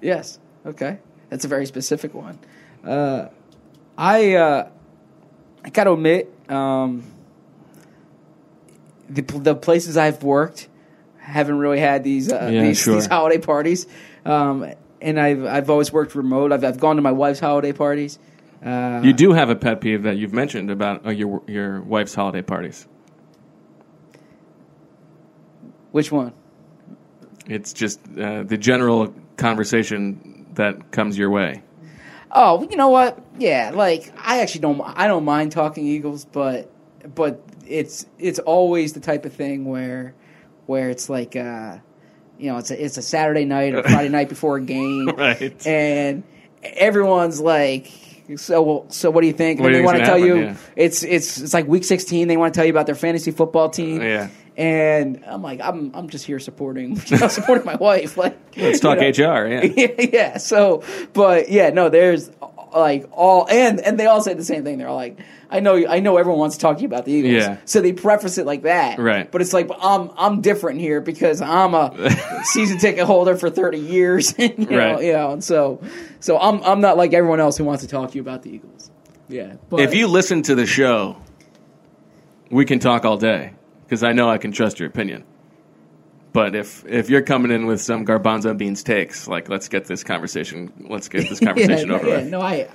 [SPEAKER 1] Yes. Okay. That's a very specific one. Uh, I uh, I gotta admit, um, the the places I've worked haven't really had these uh,
[SPEAKER 6] Yeah,
[SPEAKER 1] these,
[SPEAKER 6] sure.
[SPEAKER 1] these holiday parties, um, and I've I've always worked remote. I've I've gone to my wife's holiday parties. Uh,
[SPEAKER 6] You do have a pet peeve that you've mentioned about uh, your your wife's holiday parties.
[SPEAKER 1] which one?
[SPEAKER 6] It's just uh, the general conversation that comes your way.
[SPEAKER 1] Oh, you know what? Yeah, like I actually don't. I don't mind talking Eagles, but but it's it's always the type of thing where where it's like uh, you know it's a, it's a Saturday night or Friday night before a game,
[SPEAKER 6] Right.
[SPEAKER 1] And everyone's like. So so, what do you think? And
[SPEAKER 6] What do
[SPEAKER 1] they
[SPEAKER 6] you
[SPEAKER 1] want to
[SPEAKER 6] think's
[SPEAKER 1] tell
[SPEAKER 6] gonna
[SPEAKER 1] you
[SPEAKER 6] happen?
[SPEAKER 1] it's it's it's like week sixteen. They want to tell you about their fantasy football team.
[SPEAKER 6] Yeah.
[SPEAKER 1] and I'm like, I'm I'm just here supporting you know, supporting my wife. Like,
[SPEAKER 6] Let's talk HR. Yeah.
[SPEAKER 1] yeah, yeah. So, but yeah, no, there's like all and and they all say the same thing. They're all like, I know, I know, everyone wants to talk to you about the Eagles.
[SPEAKER 6] Yeah.
[SPEAKER 1] So they preface it like that,
[SPEAKER 6] Right.
[SPEAKER 1] But it's like, but I'm I'm different here because I'm a season ticket holder for 30 years, and, you know,
[SPEAKER 6] Right.
[SPEAKER 1] you know, and so so I'm I'm not like everyone else who wants to talk to you about the Eagles. Yeah. But
[SPEAKER 6] If you listen to the show, we can talk all day because I know I can trust your opinion. But if if you're coming in with some garbanzo beans takes, like let's get this conversation, let's get this
[SPEAKER 1] yeah,
[SPEAKER 6] conversation
[SPEAKER 1] no,
[SPEAKER 6] over
[SPEAKER 1] yeah,
[SPEAKER 6] with.
[SPEAKER 1] no, I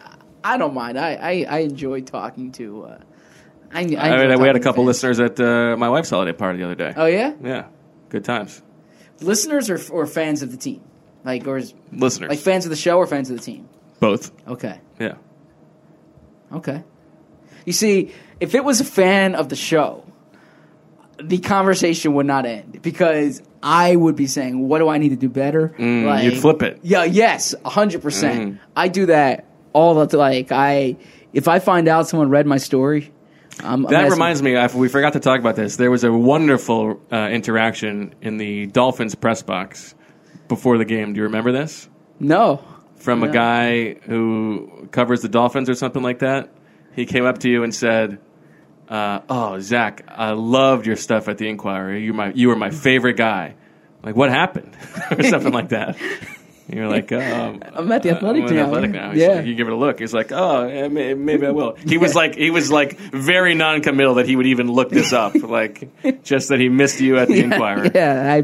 [SPEAKER 1] I don't mind. I I, I enjoy talking to. Uh, I, I, enjoy
[SPEAKER 6] I mean, we
[SPEAKER 1] talking
[SPEAKER 6] had a
[SPEAKER 1] to
[SPEAKER 6] couple
[SPEAKER 1] fans.
[SPEAKER 6] listeners at uh, my wife's holiday party the other day.
[SPEAKER 1] Oh yeah,
[SPEAKER 6] yeah, good times.
[SPEAKER 1] listeners or or fans of the team, like or is-
[SPEAKER 6] Listeners,
[SPEAKER 1] Like fans of the show or fans of the team?
[SPEAKER 6] both.
[SPEAKER 1] Okay.
[SPEAKER 6] Yeah,
[SPEAKER 1] Okay. You see, if it was a fan of the show, the conversation would not end because I would be saying, "What do I need to do better?" like,
[SPEAKER 6] Mm, you'd flip it. Mm.
[SPEAKER 1] Yeah. Yes. hundred percent. I do that all the like. I if I find out someone read my story, um,
[SPEAKER 6] That reminds me, I, we forgot to talk about this. There was a wonderful uh, interaction in the Dolphins press box before the game. Do you remember this?
[SPEAKER 1] No.
[SPEAKER 6] From a guy who covers the Dolphins or something like that. He came up to you and said, uh, "Oh, Zach, I loved your stuff at the Inquiry. You my you were my favorite guy. Like, what happened, or something like that." And You're like, um,
[SPEAKER 1] I'm at the athletic
[SPEAKER 6] I'm at
[SPEAKER 1] now.
[SPEAKER 6] Athletic now. He's
[SPEAKER 1] Yeah.
[SPEAKER 6] like, you give it a look. He's like, oh, eh, may- maybe I will. He was like, he was like very non-committal that he would even look this up. like, just that he missed you at the Inquirer.
[SPEAKER 1] Yeah,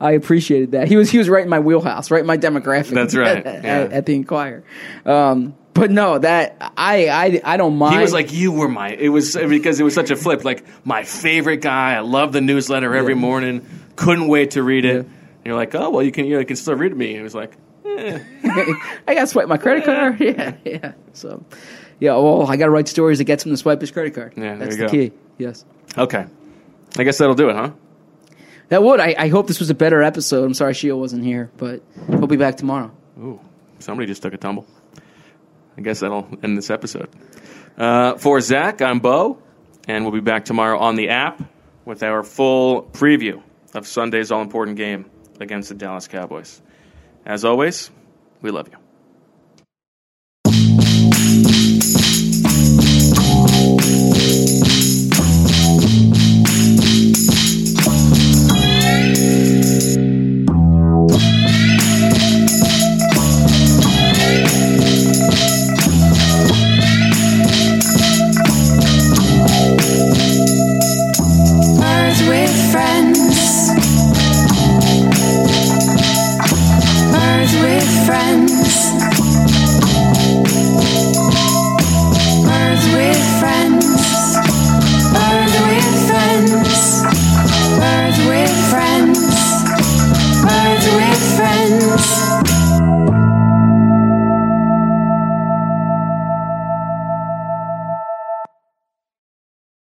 [SPEAKER 1] I I appreciated that. He was he was right in my wheelhouse, right in my demographic.
[SPEAKER 6] That's right,
[SPEAKER 1] at, at-
[SPEAKER 6] yeah.
[SPEAKER 1] at the Inquirer. Um, but no, that I I I don't mind.
[SPEAKER 6] He was like, you were my. It was because it was such a flip. Like my favorite guy. I love the newsletter every morning. Couldn't wait to read it. And you're like, oh well, you can you, know, you can still read me. It was like,
[SPEAKER 1] I got to swipe my credit card. Yeah, yeah. So, yeah. Well, I got to write stories that gets him to swipe his credit card.
[SPEAKER 6] Yeah, there
[SPEAKER 1] that's
[SPEAKER 6] you
[SPEAKER 1] the
[SPEAKER 6] go.
[SPEAKER 1] key. Yes.
[SPEAKER 6] okay, I guess that'll do it, huh?
[SPEAKER 1] That would. I, I hope this was a better episode. I'm sorry Sheila wasn't here, but we'll be back tomorrow.
[SPEAKER 6] Ooh, somebody just took a tumble. I guess that'll end this episode. Uh, for Zach, I'm Bo, and we'll be back tomorrow on the app with our full preview of Sunday's all important game against the Dallas Cowboys. As always, we love you.